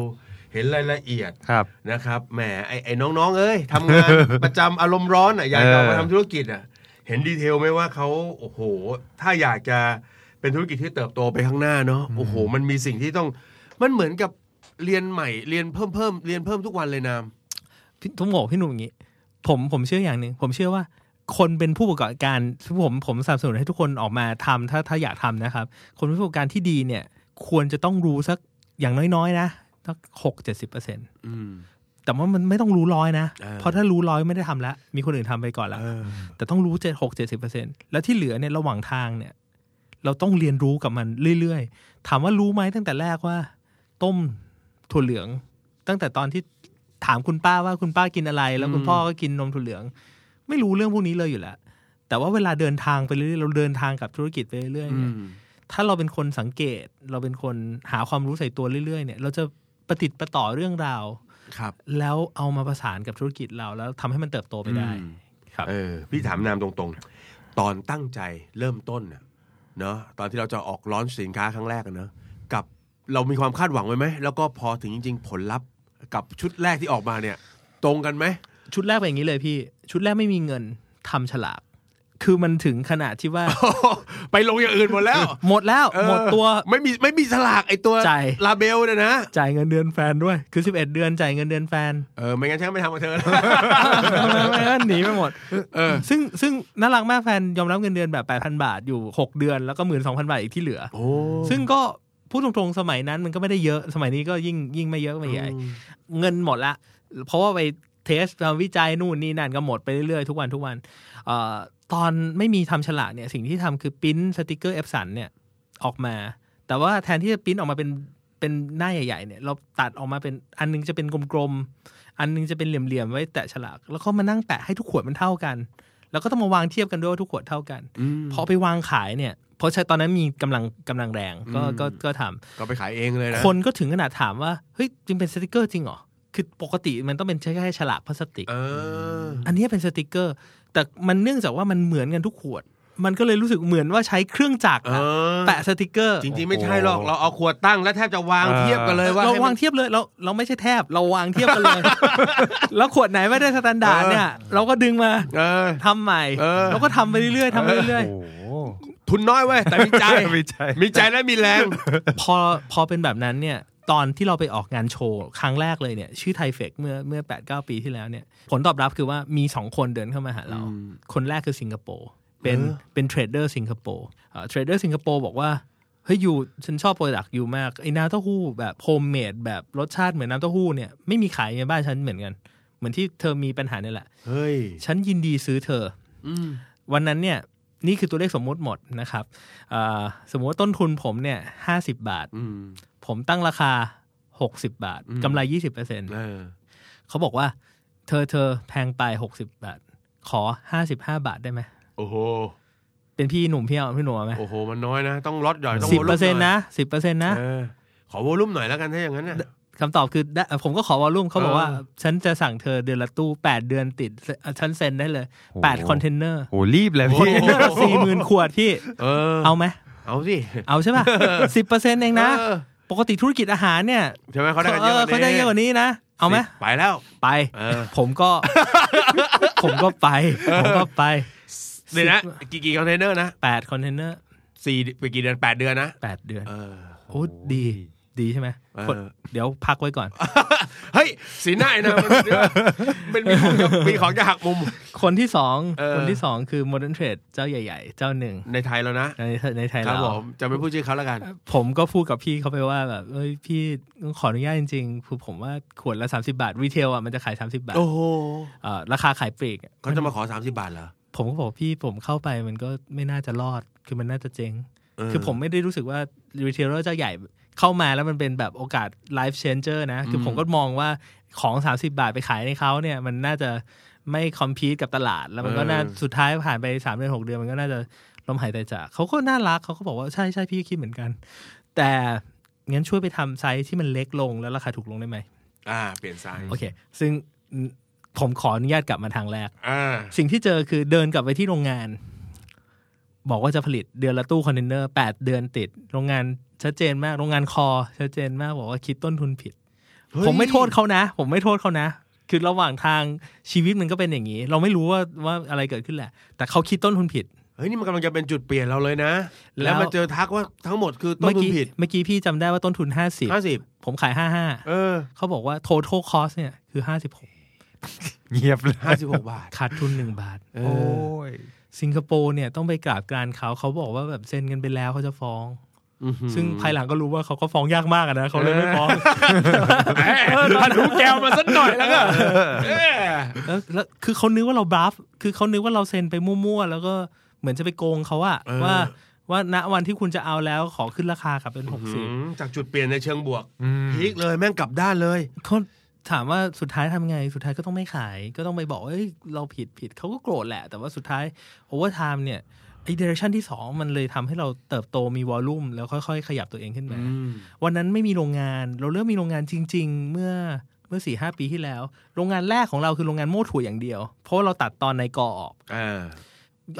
S4: เห็นรายละเอียด
S3: ครับ
S4: นะครับแหมไอ้ไอ้น้องๆ เอ้ยทำ งาน ประจำอารมณ์ร้อนอ่ะอยากจะ
S3: เอ
S4: มา
S3: อ
S4: ทำธุรกิจอ่ะเห็นดีเทลไหมว่าเขาโอ้โห ถ้าอยากจะเป็นธุรกิจที่เติบโตไปข้างหน้าเนาะโอ้โห มันมีสิ่งที่ต้องมันเหมือนกับเรียนใหม่เรียนเพิ่มเพิ่มเรียนเพิ่มทุกวันเลยนาม
S5: พี่ทุ่มโหพี่หนุ่มอย่างนี้ ผมผมเชื่ออย่างหนึ่งผมเชื่อว่าคนเป็นผู้ประกอบการผมผมสนับสนุนให้ทุกคนออกมาทำถ้าถ้าอยากทำนะครับ คนเป็นผู้ประกอบการที่ดีเนี่ย ควรจะต้องรู้สักอย่างน้อยๆนะสักหกเจ็ดสิบเปอร์เซ็น
S4: อืม
S5: แต่ว่ามันไม่ต้องรู้ร้อยนะ
S4: เออ
S5: เพราะถ้ารู้ร้อยไม่ได้ทำแล้ว มีคนอื่นทำไปก่อนแล้ว
S4: เออ
S5: แต่ต้องรู้เจ็ดหกเจ็ดสิบเปอร์เซ็นแล้วที่เหลือเนี่ยระหว่างทางเนี่ย เราต้องเรียนรู้กับมันเรื่อยๆ ถามว่ารู้ไหมตั้งแต่แรกว่า ต้มถั่วเหลือง ตั้งแต่ตอนที่ถามคุณป้าว่าคุณป้ากินอะไร แล้วคุณพ่อก็กินนมถั่วเหลือง ไม่รู้เรื่องพวกนี้เลยอยู่แล้ว แต่ว่าเวลาเดินทางไปเรื่อยๆเราเดินทางกับธุรกิจไปเรื่อยๆเนี่ยถ้าเราเป็นคนสังเกต เราเป็นคนหาความรู้ใส่ตัวเรื่อยๆเนี่ย เราจะประติดประต่อเรื่องราว
S4: ครับ
S5: แล้วเอามาประสานกับธุรกิจเราแล้วทำให้มันเติบโตไปได้
S4: อืม
S5: ครับ
S4: เออพี่ถามนามตรงๆ ตอนตั้งใจเริ่มต้นน่ะเนาะตอนที่เราจะออกร้อนสินค้าครั้งแรกอะเนาะกับเรามีความคาดหวังไว้ไหม แล้วก็พอถึงจริง ๆ ผลลัพธ์กับชุดแรกที่ออกมาเนี่ย ตรง กันไหม
S5: ชุดแรกเป็นอย่างนี้เลยพี่ ชุดแรกไม่มีเงินทำฉลาก คือมันถึงขนาดที่ว่า
S4: ไปลงอย่างอื่นหมดแล้ว
S5: หมดแล้ว
S4: เออ
S5: หมดตัว
S4: ไม่มีไม่มีสลากไอตัว
S5: ใจ
S4: ลาเบลเนี่ยนะ
S5: จ่ายเงินเดือนแฟนด้วย คือ 11 เดือนจ่ายเงินเดือนแฟน
S4: เออไม่งั้นฉันไม่ทำกับเธ อแล้ว
S5: หนีไปหมดซึ่งซึ่งน่ารักมากแฟนยอมรับเงินเดือนแบบ 8,000 บาทอยู่ 6 เดือนแล้วก็หมื่นสองพันบาทอีกที่เหลือ
S4: โอ้
S5: ซึ่งก็พูดตรงๆ สมัยนั้นมันก็ไม่ได้เยอะ สมัยนี้ก็ยิ่งยิ่งไม่เยอะไม่ใหญ่ เงินหมดละ เพราะว่าไปเทสทำวิจัยนู่นนี่นั่นก็หมดไปเรื่อยๆ ทุกวันทุกวันเอ่อตอนไม่มีทำฉลากเนี่ยสิ่งที่ทำคือปริ้นสติกเกอร์เอฟสันเนี่ยออกมา แต่ว่าแทนที่จะปริ้นออกมาเป็นเป็นหน้าใหญ่ๆเนี่ยเราตัดออกมาเป็นอันนึงจะเป็นกลมๆ อันนึงจะเป็นเหลี่ยมๆไว้แตะฉลาก แล้วก็มานั่งแปะให้ทุกขวดมันเท่ากัน แล้วก็ต้องมาวางเทียบกันด้วยว่าทุกขวดเท่ากันพอเอาไปวางขายเนี่ยเพราะใช้ตอนนั้นมีกำลังกำลังแรงก็ก็ก็ทำ
S4: ก็ไปขายเองเลยนะ
S5: คนก็ถึงขนาดถามว่า เฮ้ยจริงเป็นสติกเกอร์จริงเหรอ คือปกติมันต้องเป็นแค่ฉลากพลาสติก
S4: เออ
S5: อันนี้เป็นสติกเกอร์ แต่มันเนื่องจากว่ามันเหมือนกันทุกขวด มันก็เลยรู้สึกเหมือนว่าใช้เครื่องจักรอะ
S4: เออ
S5: แปะสติกเกอร์
S4: จริงๆไม่ใช่หรอกเราเอาขวดตั้งแล้วแทบจะวาง
S3: เออ
S4: เทียบกันเลยว่า
S5: เรา
S4: ให้
S5: วา
S4: มัน
S5: งเทียบเลยเราเราไม่ใช่แทบ เราวางเทียบกันเลย แล้วขวดไหนไม่ได้สแตนดาร์ดเนี่ย เราก็ดึงมา
S4: เออ
S5: ทำใหม่
S4: เออ
S5: แล้วก็ทำไปเรื่อยๆทำไปเรื่อย
S3: โอ้โห
S4: ทุนน้อยเว้ยแต่มีใจ
S3: มีใจ
S4: มีใจและมีแรง
S5: ๆพอพอเป็นแบบนั้นเนี่ย ตอนที่เราไปออกงานโชว์ครั้งแรกเลยเนี่ย ชื่อไทเฟกเมื่อเมื่อ8ปดปีที่แล้วเนี่ย ผลตอบรับคือว่ามีสองคนเดินเข้ามาหาเรา คนแรกคือสิงคโปร์เป็นเป็นเทรดเดอร์สิงคโปร์เทรดเดอร์สิงคโปร์บอกว่า เฮ้ยยูฉันชอบโปรดักต์ยูมากไอ้น้ำเต้าหู้แบบโฮมเมดแบบรสชาติเหมือนน้ำเต้าหู้เนี่ยไม่มีขายในบ้านฉันเหมือนกัน เหมือนที่เธอมีปัญหาเนี่ยแหละ
S4: เฮ้ย
S5: ฉันยินดีซื้อเธอ
S4: อืม
S5: วันนั้นเนี่ยนี่คือตัวเลขสมมุติหมดนะครับเอ่อสมมุติว่าต้นทุนผมเนี่ยห้าสิบาท
S4: อืม
S5: ผมตั้งราคา 60 บาท
S4: อืม
S5: กำไร 20เปอร์เซ็น
S4: เออ
S5: เขาบอกว่า เธอเธอแพงไป 60 บาท ขอ 55 บาทได้ไหม
S4: โอ้โห
S5: เป็นพี่หนุ่มพี่เอาพี่หนุ่มเอาไหม
S4: โอ้โห มันน้อยนะ ต้องลดหน่อย ต้อง
S5: สิบ
S4: ว
S5: เป
S4: ลุ่ม
S5: อร์เซ็น
S4: ห
S5: นะสิบเปอร์เซ็นนะ
S4: เออขอวอลลุ่มหน่อยแล้วกันถ้าอย่างนั้นนะ
S5: คำตอบคือได้ผมก็ขอวอลลุ่มเขาบอกว่า
S4: เออ
S5: ฉันจะสั่งเธอเดือนละตู้ 8 เดือนติด ฉันเซ็นได้เลย
S3: โอ้โห
S5: 8 คอนเทนเนอร์
S3: โหรีบเลย
S4: โอ้
S3: พี่
S4: โห
S5: สี่หมื่นขวดพี่
S4: เออ
S5: เอาไหม
S4: เอาสิ
S5: เอาใช่ป่ะสิบเปอร์เซ็นเองนะ
S4: เออ
S5: ปกติธุรกิจอาหารเนี่ย
S4: ใช่ไหมเขาได้กันเยอะ
S5: เขาได้เยอะกว่านี้นะ เอาไหม
S4: ไปแล้ว
S5: ไป
S4: เออ
S5: ผมก็ ผมก็ไป ผมก็ไป
S4: เดี๋ยวนะ กี่กี่คอนเทนเนอร์นะ
S5: แปดคอนเทนเนอร์
S4: สี่ไปกี่เดือนแปดเดือนนะ
S5: แปดเดือน
S4: เอ อ
S5: โอ้ดี ดีใช่ไหม
S4: เออ
S5: คนเดี๋ยวพักไว้ก่อน
S4: เฮ้ย สีหน้าไอ้นะมันมันมีของจะมีของจะหักมุม
S5: คนที่สอง
S4: เออ
S5: คนที่สองคือ Modern Trade เจ้าใหญ่ ๆ เจ้าหนึ่ง
S4: ในไทยแล้วนะ
S5: ในในไทย
S4: ครับ
S5: เรา
S4: ผมจะไม่พูดชื่อเขาแล้วกัน
S5: ผมก็พูดกับพี่เขาไปว่าแบบเอ้ยพี่ต้องขออนุญาตจริงๆคือผมว่าขวดละ 30 บาทรีเทลอ่ะมันจะขาย 30 บาท
S4: โอ้โห
S5: เอ่อราคาขายปลีกอะ
S4: เขาจะมาขอ 30 บาทเหรอ
S5: ผมก็บอกพี่ผมเข้าไปมันก็ไม่น่าจะรอดคือมันน่าจะเจ๊ง
S4: เ
S5: คือผมไม่ได้รู้สึกว่ารีเทลเลอร์เจ้าใหญ่เข้ามาแล้วมันเป็นแบบโอกาสไลฟ์เชนเจอร์นะ คือผมก็มองว่าของ 30 บาทไปขายในเขาเนี่ย มันน่าจะไม่คอมพีตกับตลาด แล้วมันก็น่า
S4: เออ
S5: สุดท้ายผ่านไป 3 เดือน 6 เดือน มันก็น่าจะล้มหายใจจากเขาก็น่ารักเขาก็บอกว่าใช่ใช่พี่ก็คิดเหมือนกัน แต่งั้นช่วยไปทำไซส์ที่มันเล็กลงแล้วราคาถูกลงได้ไหม
S4: อ่า เปลี่ยนไซส์
S5: โอเค ซึ่งผมขออนุญาตกลับมาทางแรก
S4: อ่า
S5: สิ่งที่เจอคือเดินกลับไปที่โรงงาน บอกว่าจะผลิตเดือนละตู้คอนเทนเนอร์ 8 เดือนติด โรงงานชัดเจนมากโรงงานคอชัดเจนมากบอกว่าคิดต้นทุนผิด
S4: เฮ้ย
S5: ผมไม่โทษเขานะ ผมไม่โทษเขานะ คือระหว่างทางชีวิตมันก็เป็นอย่างนี้ เราไม่รู้ว่าว่าอะไรเกิดขึ้นแหละ แต่เขาคิดต้นทุนผิด
S4: เฮ้ย นี่มันกำลังจะเป็นจุดเปลี่ยนเราเลยนะ
S5: แล้
S4: แล้ว วมาเจอทักว่าทั้งหมดคือต้น
S5: เมื่อ
S4: ทุน
S5: กี้
S4: ผิด
S5: เมื่อกี้พี่จำได้ว่าต้นทุน
S4: ห้าสิบ
S5: 50 ผมขาย
S4: เออ
S5: 55เขาบอกว่า total cost เนี่ยคือ 56
S3: เงียบเลย
S4: ห้าสิบหกบาท
S5: ขาดทุน 1 บาท
S4: เอ
S3: โอ้
S4: อย
S5: สิงคโปร์เนี่ยต้องไปกราบกรานเขาเขาบอกว่าแบบเซ็นกันไปแล้วเขาจะฟ้อง
S4: อื้อหือ
S5: ซึ่งภายหลังก็รู้ว่าเขาก็ฟ้องยากมากอะนะเขาเลยไม่ฟ้อง
S4: ถ้ารู้แกวมาสักหน่อยแล้วก็เอ้ย
S5: แล้วแล้วคือเขานึกว่าเราบลัฟคือเขานึกว่าเราเซ็นไปมั่วๆแล้วก็เหมือนจะไปโกงเขาอะว่าว่าณวันที่คุณจะเอาแล้วขอขึ้นราคากลับเป็นหกสิบ
S4: หือจากจุดเปลี่ยนในเชิงบวกพีคเลยแม่งกลับด้านเลย
S5: เขาถามว่าสุดท้ายทำไง สุดท้ายก็ต้องไม่ขาย ก็ต้องไปบอกว่าเอ้ยเราผิดผิดเขาก็โกรธแหละ แต่ว่าสุดท้ายโอเวอร์ไทม์เนี่ยไอเดเรชันที่สองมันเลยทำให้เราเติบโตมีวอลลุ่มแล้วค่อยๆ ขยับตัวเองขึ้นมา วันนั้นไม่มีโรงงาน เราเริ่มมีโรงงานจริง ๆ เมื่อเมื่อสี่ห้าปีที่แล้ว โรงงานแรกของเราคือโรงงานโม่ถั่วอย่างเดียว เพราะว่าเราตัดตอนในกอออก
S4: อ่า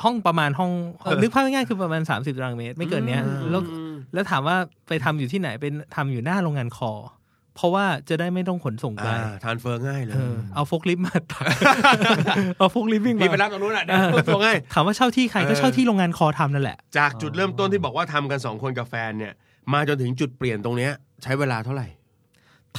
S5: ห้องประมาณห้องเอ่อนึกภาพง่ายๆคือประมาณ 30ตารางเมตร ไม่เกินเนี้ยแล้วแล้วถามว่าไปทำอยู่ที่ไหนเป็นทำอยู่หน้าโรงงานคอ เพราะว่าจะได้ไม่ต้องขนส่งไกล
S4: อ่าทานเฟอร์ง่ายเล
S5: เอย อเอาโฟกลิฟต์มา ตัด เอาโฟกลิฟต์วิ่ง
S4: พี่ไป
S5: มา
S4: รับตรงนู้นอ่ะเดี๋ยวเฟอร์ตัวง่าย
S5: ถามว่าเช่าที่ใครก็เช่าที่โรงงานคอทำนั่นแหละ
S4: จากจุดเริ่มต้นที่บอกว่าทำกันสองคนกับแฟนเนี่ย มาจนถึงจุดเปลี่ยนตรงเนี้ย ใช้เวลาเท่าไหร่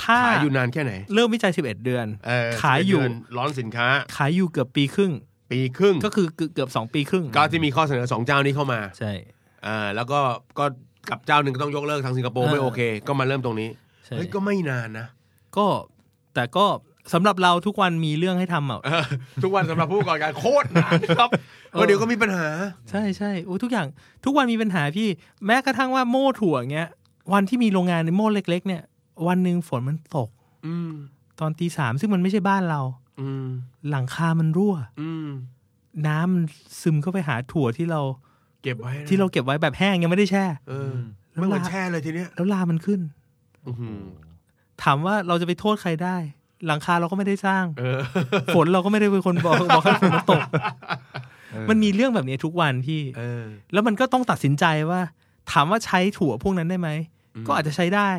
S5: ถ้า
S4: ขายอยู่นานแค่ไหน
S5: เริ่มวิจัย 11 เดือน
S4: เออ
S5: ขายอยู่
S4: เดืนร้อนสินค้า
S5: ขายอยู่เกือบปีครึ่ง
S4: ปีครึ่ง
S5: ก็คือเกือบสองปีครึ่ง
S4: ก็ที่มีข้อเสนอสองเจ้านี้เข้ามา
S5: ใช่
S4: อ่าแล้วก็ก็กับเจ้าหนึ่งก็ต้องยกเลิกทางสิงคโปร์
S5: เออ
S4: ไม่โอเค ก็มาเริ่มตรงนี้
S5: ใช่
S4: เฮ้ยก็ไม่นานนะ
S5: ก็แต่ก็สำหรับเราทุกวันมีเรื่องให้ทำอ่ะ
S4: เออทุกวันสำหรับผู้ประกอบการโคตรนานครับ
S5: เออ
S4: ว่าะเดี๋ยวก็มีปัญหา
S5: ใช่ใช่โอ้ทุกอย่างทุกวันมีปัญหาพี่แม้กระทั่งว่าโม่ถั่วเงี้ย วันที่มีโรงงานในโม่เล็ก ๆ เนี่ย วันหนึ่งฝนมันตก
S4: อืม
S5: ตอนตีสามซึ่งมันไม่ใช่บ้านเรา
S4: อืม
S5: หลังคามันรั่ว
S4: อืม
S5: น้ำมันซึมเข้าไปหาถั่วที่เรา
S4: เก็บไว้นะ
S5: ที่เราเก็บไว้แบบแห้งยังไม่ได้แช่
S4: เออไม่เหมือนแช่เลยทีเนี้ย
S5: แล้วลามันขึ้น
S4: อื้อหือ
S5: ถามว่าเราจะไปโทษใครได้ หลังคาเราก็ไม่ได้สร้าง
S4: เออ
S5: ฝนเราก็ไม่ได้เป็นคนบอกบอกให้ฝนมันตก มันมีเรื่องแบบนี้ทุกวันพี่
S4: เออ
S5: แล้วมันก็ต้องตัดสินใจว่า ถามว่าใช้ถั่วพวกนั้นได้ไหม ก็อาจจะใช้ได้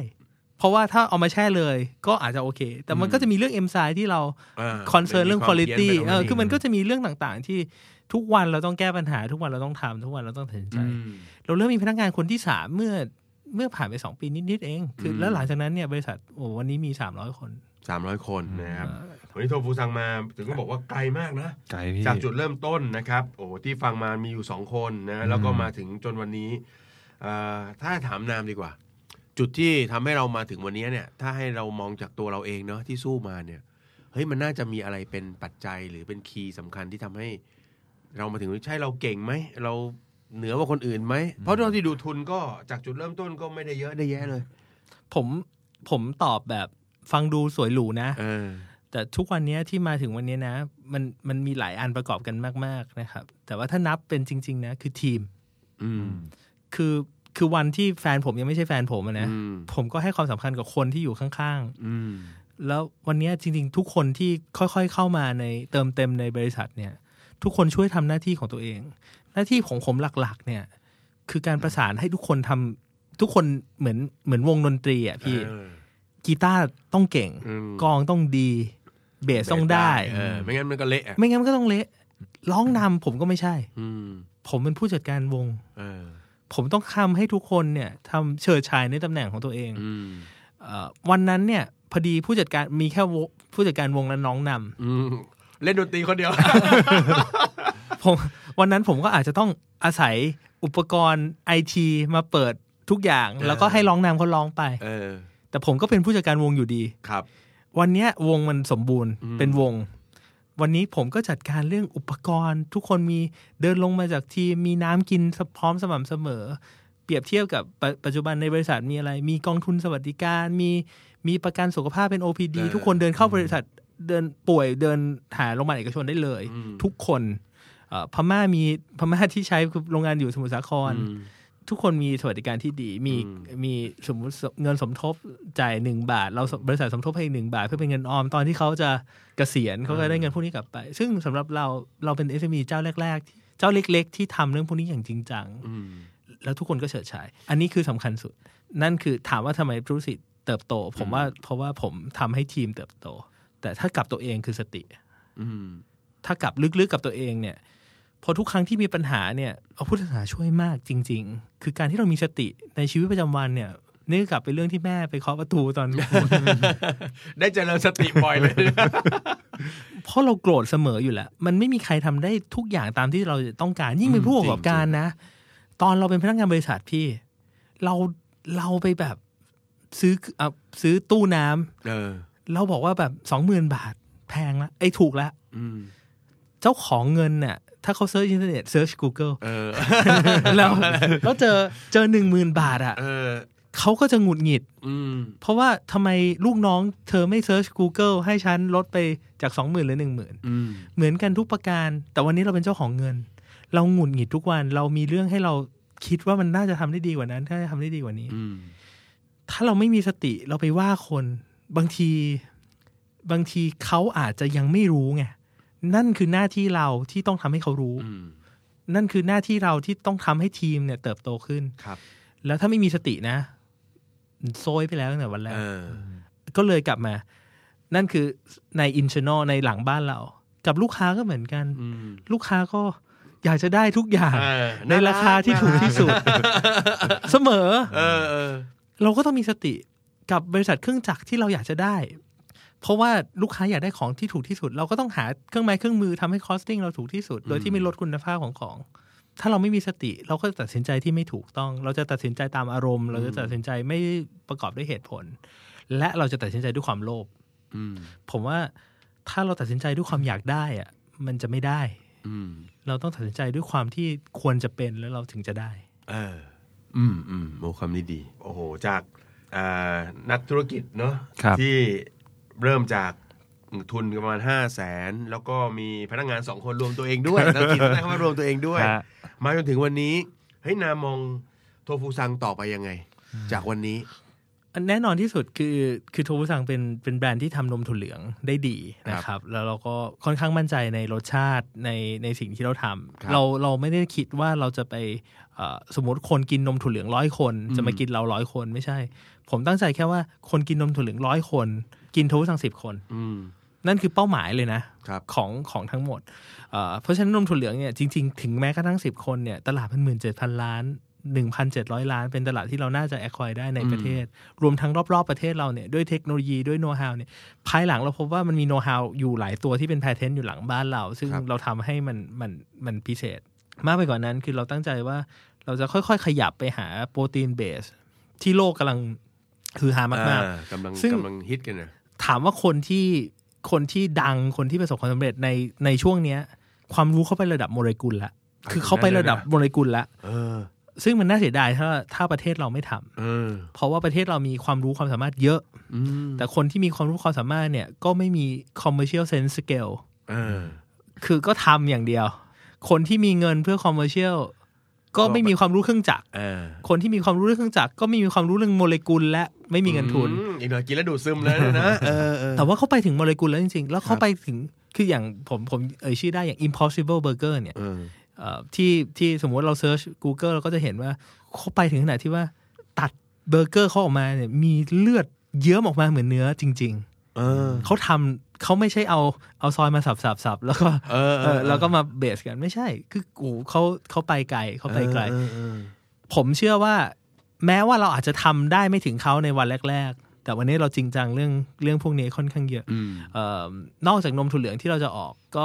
S5: เพราะว่าถ้าเอามาแช่เลย ก็อาจจะโอเค แต่มันก็จะมีเรื่องเอนไซม์ที่เราคอนเซิร์นเรื่องคุณภาพเออคือมันก็จะมีเรื่องต่างๆ ที่ทุกวันเราต้องแก้ปัญหา ทุกวันเราต้องทำทุกวันเราต้องตัดสินใจ เราเริ่มมีพนักงานคนที่สามเมื่อเมื่อผ่านไปสองปีนิดๆเอง คืออ
S4: ม
S5: แล้วหลังจากนั้นเนี่ยบริษัทโอ้วันนี้มีสามร้อยคน
S4: สามร้อยคนนะครับวันนี้โทรฟูซังมาถึงก็บอกว่าไกลมากนะ
S3: ไกลพี่
S4: จากจุดเริ่มต้นนะครับ โอ้โหที่ฟังมามีอยู่สองคนนะแล้วก็มาถึงจนวันนี้ เอ่อถ้าถามนามดีกว่า จุดที่ทำให้เรามาถึงวันนี้เนี่ย ถ้าให้เรามองจากตัวเราเองเนาะที่สู้มาเนี่ยเฮ้ยมันน่าจะมีอะไรเป็นปัจจัยหรือเป็นคีย์สำคัญที่ทำให้ เรามาถึงใช่เราเก่งไหมเราเหนือกว่าคนอื่นไหมเพราะเราที่ดูทุนก็จากจุดเริ่มต้นก็ไม่ได้เยอะได้แยะเลย
S5: ผมผมตอบแบบฟังดูสวยหรูนะ
S4: เออ
S5: แต่ทุกวันเนี้ยที่มาถึงวันเนี้ยนะ มันมันมีหลายอันประกอบกันมาก ๆ นะครับ แต่ว่าถ้านับเป็นจริง ๆ นะ คือทีม
S4: อืม
S5: คือคือวันที่แฟนผมยังไม่ใช่แฟนผมอะนะ
S4: อืม
S5: ผมก็ให้ความสำคัญกับคนที่อยู่ข้าง
S4: อืม
S5: ๆ แล้ววันเนี้ยจริง ๆ ทุกคนที่ค่อย ๆ เข้ามาในเติมเต็มในบริษัทเนี่ย ทุกคนช่วยทำหน้าที่ของตัวเอง หน้าที่ของผมหลัก ๆ เนี่ย คือการประสานให้ทุกคนทำทุกคนเหมือนเหมือนวงดนตรีอ่ะพี่ กีตาร์ต้องเก่ง
S4: อืม
S5: กลองต้องดี เบสต้องได้
S4: เออ ไม่งั้นมันก็เละอะ
S5: ไม่งั้นมันก็ต้องเละ ร้องนำผมก็ไม่ใช่
S4: อืม
S5: ผมเป็นผู้จัดการวง
S4: เออ
S5: ผมต้องทำให้ทุกคนเนี่ยทำเชิดชายในตำแหน่งของตัวเอง
S4: อืม
S5: เออวันนั้นเนี่ยพอดีผู้จัดการมีแค่วงผู้จัดการวงและน้องนำ
S4: อืม เล่นดนตรีคนเดียว
S5: ผมวันนั้นผมก็อาจจะต้องอาศัยอุปกรณ์ไอทีมาเปิดทุกอย่าง
S4: เออ
S5: แล้วก็ให้ร้องนำเขาร้องไป
S4: เออ
S5: แต่ผมก็เป็นผู้จัดการวงอยู่ดี
S4: ครับ
S5: วันเนี้ยวงมันสมบูรณ์
S4: อืม
S5: เป็นวง วันนี้ผมก็จัดการเรื่องอุปกรณ์ ทุกคนมีเดินลงมาจากทีมมีน้ำกินพร้อมสม่ำเสมอ เปรียบเทียบกับปะปัจจุบันในบริษัทมีอะไร มีกองทุนสวัสดิการมีมีประกันสุขภาพเป็น OPD
S4: เออ
S5: ทุกคนเดินเข้าบริษัทเดินป่วยเดินหาโรงพยาบาลเอกชนได้เลย
S4: อืม
S5: ทุกคนเอ่อพม่ามีพม่าที่ใช้คือโรงงานอยู่สมุทรสาคร
S4: อืม
S5: ทุกคนมีสวัสดิการที่ดี มี
S4: อืม
S5: มีสมมติเงินสมทบจ่ายหนึ่งบาท เราบริษัทสมทบให้หนึ่งบาท เพื่อเป็นเงินออมตอนที่เขาจะเกษียณเขาก็ได้เงินพวกนี้กลับไป ซึ่งสำหรับเราเราเป็น SME เจ้าแรก ๆ ที่เจ้าเล็ก ๆ ที่ทำเรื่องพวกนี้อย่างจริงจัง
S4: อืม
S5: แล้วทุกคนก็เฉิดฉาย อันนี้คือสำคัญสุด นั่นคือถามว่าทำไมธุรกิจเติบโต ผมว่าเพราะว่าผมทำให้ทีมเติบโต แต่ถ้ากลับตัวเองคือสติ
S4: อืม
S5: ถ้ากลับลึกๆกับตัวเองเนี่ยพอทุกครั้งที่มีปัญหาเนี่ยเอาพุทธศาสนาช่วยมากจริง ๆ คือการที่เรามีสติในชีวิตประจำวันเนี่ยนี่ก็กลับไปเรื่องที่แม่ไปเคาะประตูตอน
S4: ได้เจริญสติบ่อยเลย
S5: เพราะเราโกรธเสมออยู่แล้ว มันไม่มีใครทำได้ทุกอย่างตามที่เราต้องการ ยิ่งเป็นผู้ประกอบการนะ ตอนเราเป็นพนักงานบริษัทพี่ เราเราไปแบบซื้อเอ่อซื้อตู้น้ำ
S4: เออ
S5: เราบอกว่าแบบสองหมื่นบาทแพงละไอ้ยถูกละ
S4: อืม
S5: เจ้าของเงินน่ะถ้าเขาเซิร์ชอินเทอร์เน็ตเซิร์ช Google
S4: เออ
S5: แล้วแล้วเจอเจอหนึ่งหมื่นบาทอ่ะ
S4: เออ
S5: เขาก็จะหงุดหงิด
S4: อืม
S5: เพราะว่าทำไมลูกน้องเธอไม่เซิร์ช Google ให้ฉันลดไปจากสองหมื่นหรือหนึ่งหมื่น
S4: อืม
S5: เหมือนกันทุกประการ แต่วันนี้เราเป็นเจ้าของเงิน เราหงุดหงิดทุกวัน เรามีเรื่องให้เราคิดว่ามันน่าจะทำได้ดีกว่านั้น ถ้าจะทำได้ดีกว่านี้
S4: อืม
S5: ถ้าเราไม่มีสติเราไปว่าคน บางทีบางทีเขาอาจจะยังไม่รู้ไงนั่นคือหน้าที่เราที่ต้องทำให้เขารู้
S4: อืม
S5: นั่นคือหน้าที่เราที่ต้องทำให้ทีมเนี่ยเติบโตขึ้น
S4: ครับ
S5: แล้วถ้าไม่มีสตินะโซยไปแล้วตั้งแต่วันแรก
S4: เออ
S5: ก็เลยกลับมา นั่นคือในอินชนอลในหลังบ้านเรา กับลูกค้าก็เหมือนกัน
S4: อืม
S5: ลูกค้าก็อยากจะได้ทุกอย่าง
S4: เออ
S5: ในราคาที่ถูกที่สุด เสมอ
S4: เออ เออ
S5: เราก็ต้องมีสติกับบริษัทเครื่องจักรที่เราอยากจะได้ เพราะว่าลูกค้าอยากได้ของที่ถูกที่สุด เราก็ต้องหาเครื่องไม้เครื่องมือทำให้คอสติ้งเราถูกที่สุด โดยที่ไม่ลดคุณภาพของของ ถ้าเราไม่มีสติ เราก็จะตัดสินใจที่ไม่ถูกต้อง เราจะตัดสินใจตามอารมณ์ เราจะตัดสินใจไม่ประกอบด้วยเหตุผล และเราจะตัดสินใจด้วยความโลภ
S4: อืม
S5: ผมว่าถ้าเราตัดสินใจด้วยความอยากได้อะมันจะไม่ได้
S4: อืม
S5: เราต้องตัดสินใจด้วยความที่ควรจะเป็นแล้วเราถึงจะได้
S4: เออ อืมอืมโอ้คำนี้ดี โอ้โห จากอ่านักธุรกิจเนอะ
S3: ครับ
S4: ที่เริ่มจากทุนประมาณห้าแสนแล้วก็มีพนักงานสองคนรวมตัวเองด้วย ธุรกิจ ได้เข้ามารวมตัวเองด้วย
S3: ฮะ
S4: มาจนถึงวันนี้เฮ้ยนามองโทฟูซังต่อไปยังไง จากวันนี้
S5: อันแน่นอนที่สุดคือคือโทบุซังเป็นเป็นแบรนด์ที่ทำนมถั่วเหลืองได้ดีนะครับ แล้วเราก็ค่อนข้างมั่นใจในรสชาติในในสิ่งที่เราทำ
S4: ครับ
S5: เราเราไม่ได้คิดว่าเราจะไปเอ่อสมมติคนกินนมถั่วเหลืองร้อยคน จะมากินเราร้อยคนไม่ใช่ ผมตั้งใจแค่ว่าคนกินนมถั่วเหลืองร้อยคน กินโทบุซังสิบคน นั่นคือเป้าหมายเลยนะครับ ของของทั้งหมดเอ่อเพราะฉะนั้นนมถั่วเหลืองเนี่ยจริง ๆ ถึงแม้กระทั่ง10 คนเนี่ยตลาดมันหมื่นเจ็ดพันล้าน 1,700 ล้าน เป็นตลาดที่เราน่าจะแอคควายได้ในประเทศ รวมทั้งรอบๆประเทศเราเนี่ยด้วยเทคโนโลยีด้วยโน้ตฮาวเนี่ยภายหลังเราพบว่ามันมีโน้ตฮาวอยู่หลายตัวที่เป็นแพทเทนต์อยู่หลังบ้านเรา ซึ่ง
S4: ครับ
S5: เราทำให้มันมันมันพิเศษ มากไปกว่านนั้นคือเราตั้งใจว่าเราจะค่อยๆ ขยับไปหาโปรตีนเบส ที่โลกกำลังคือหามาก
S4: อ่กำลัง
S5: ซึ่ง
S4: กำลังฮิตกันนะ
S5: ๆ ถามว่าคนที่คนที่ดังคนที่ประสบความสำเร็จในในช่วงเนี้ย ความรู้เขาไประดับโมเลกุลละคือเขาไประดับโมเลกุลละ
S4: เออ
S5: ซึ่งมันน่าเสียดายถ้าถ้าประเทศเราไม่ทำ
S4: เออ
S5: เพราะว่าประเทศเรามีความรู้ความสามารถเยอะ
S4: อืม
S5: แต่คนที่มีความรู้ความสามารถเนี่ยก็ไม่มี commercial sense scale
S4: เออ
S5: คือก็ทำอย่างเดียว คนที่มีเงินเพื่อ commercial ก็ไม่มีความรู้เครื่องจักร
S4: เออ
S5: คนที่มีความรู้เรื่องเครื่องจักรก็ไม่มีความรู้เรื่องโมเลกุล และไม่มีเงินทุน
S4: อืมอีกหน่อยกินแล้วดูดซึมเลยนะ เออเออ
S5: แต่ว่าเขาไปถึงโมเลกุลแล้วจริงๆ แล้วเขาไปถึงคืออย่างผมผมเอ่ยชื่อได้อย่าง impossible burger เนี่ย
S4: เออ
S5: เอ่อที่ที่สมมติเราเซิร์ช Google เราก็จะเห็นว่าเขาไปถึงขนาดที่ว่าตัดเบอร์เกอร์เขาออกมาเนี่ยมีเลือดเยิ้มออกมาเหมือนเนื้อจริง
S4: เออ
S5: ๆ เขาทำเขาไม่ใช่เอาเอาซอยมาสับๆๆแล้วก็
S4: เออ
S5: เออแล้วก็มาเบสกันไม่ใช่ คือกูเขาเขาไปไกลเขาไปไกล
S4: เออเออ
S5: ผมเชื่อว่า แม้ว่าเราอาจจะทำได้ไม่ถึงเขาในวันแรก ๆ แต่วันนี้เราจริงจังเรื่องเรื่องพวกนี้ค่อนข้างเยอะ
S4: อืม
S5: เอ่อนอกจากนมถั่วเหลืองที่เราจะออก ก็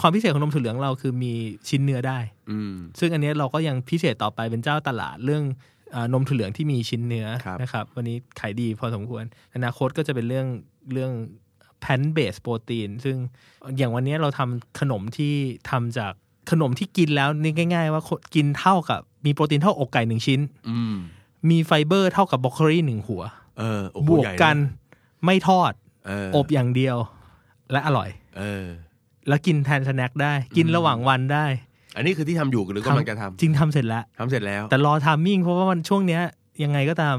S5: ความพิเศษของนมถั่วเหลืองเราคือมีชิ้นเนื้อได้
S4: อืม
S5: ซึ่งอันนี้เราก็ยังพิเศษต่อไปเป็นเจ้าตลาดเรื่องเอ่อนมถั่วเหลืองที่มีชิ้นเนื้อ
S4: ครับ
S5: นะครับ วันนี้ขายดีพอสมควร อนาคตก็จะเป็นเรื่องเรื่องแพนเบสโปรตีน ซึ่งอย่างวันนี้เราทำขนมที่ทำจากขนมที่กินแล้วนี่ง่าย ๆ ว่าคนกินเท่ากับมีโปรตีนเท่าอกไก่หนึ่งชิ้น
S4: อืม
S5: มีไฟเบอร์เท่ากับบรอกโคลีหนึ่งหัว
S4: เออโอ้โห
S5: บวก
S4: ใหญ่ะ
S5: กันไม่ทอด
S4: เออ
S5: อบอย่างเดียวและอร่อย
S4: เออ
S5: แล้วกินแทนสแน็คได้กินระหว่างวันได้
S4: อันนี้คือที่ทำอยู่หรือกำลังจะทำ
S5: จริงทำเสร็จแล้ว
S4: ทำเสร็จแล้ว
S5: แต่รอทามมิ่งเพราะว่ามันช่วงเนี้ยยังไงก็ตาม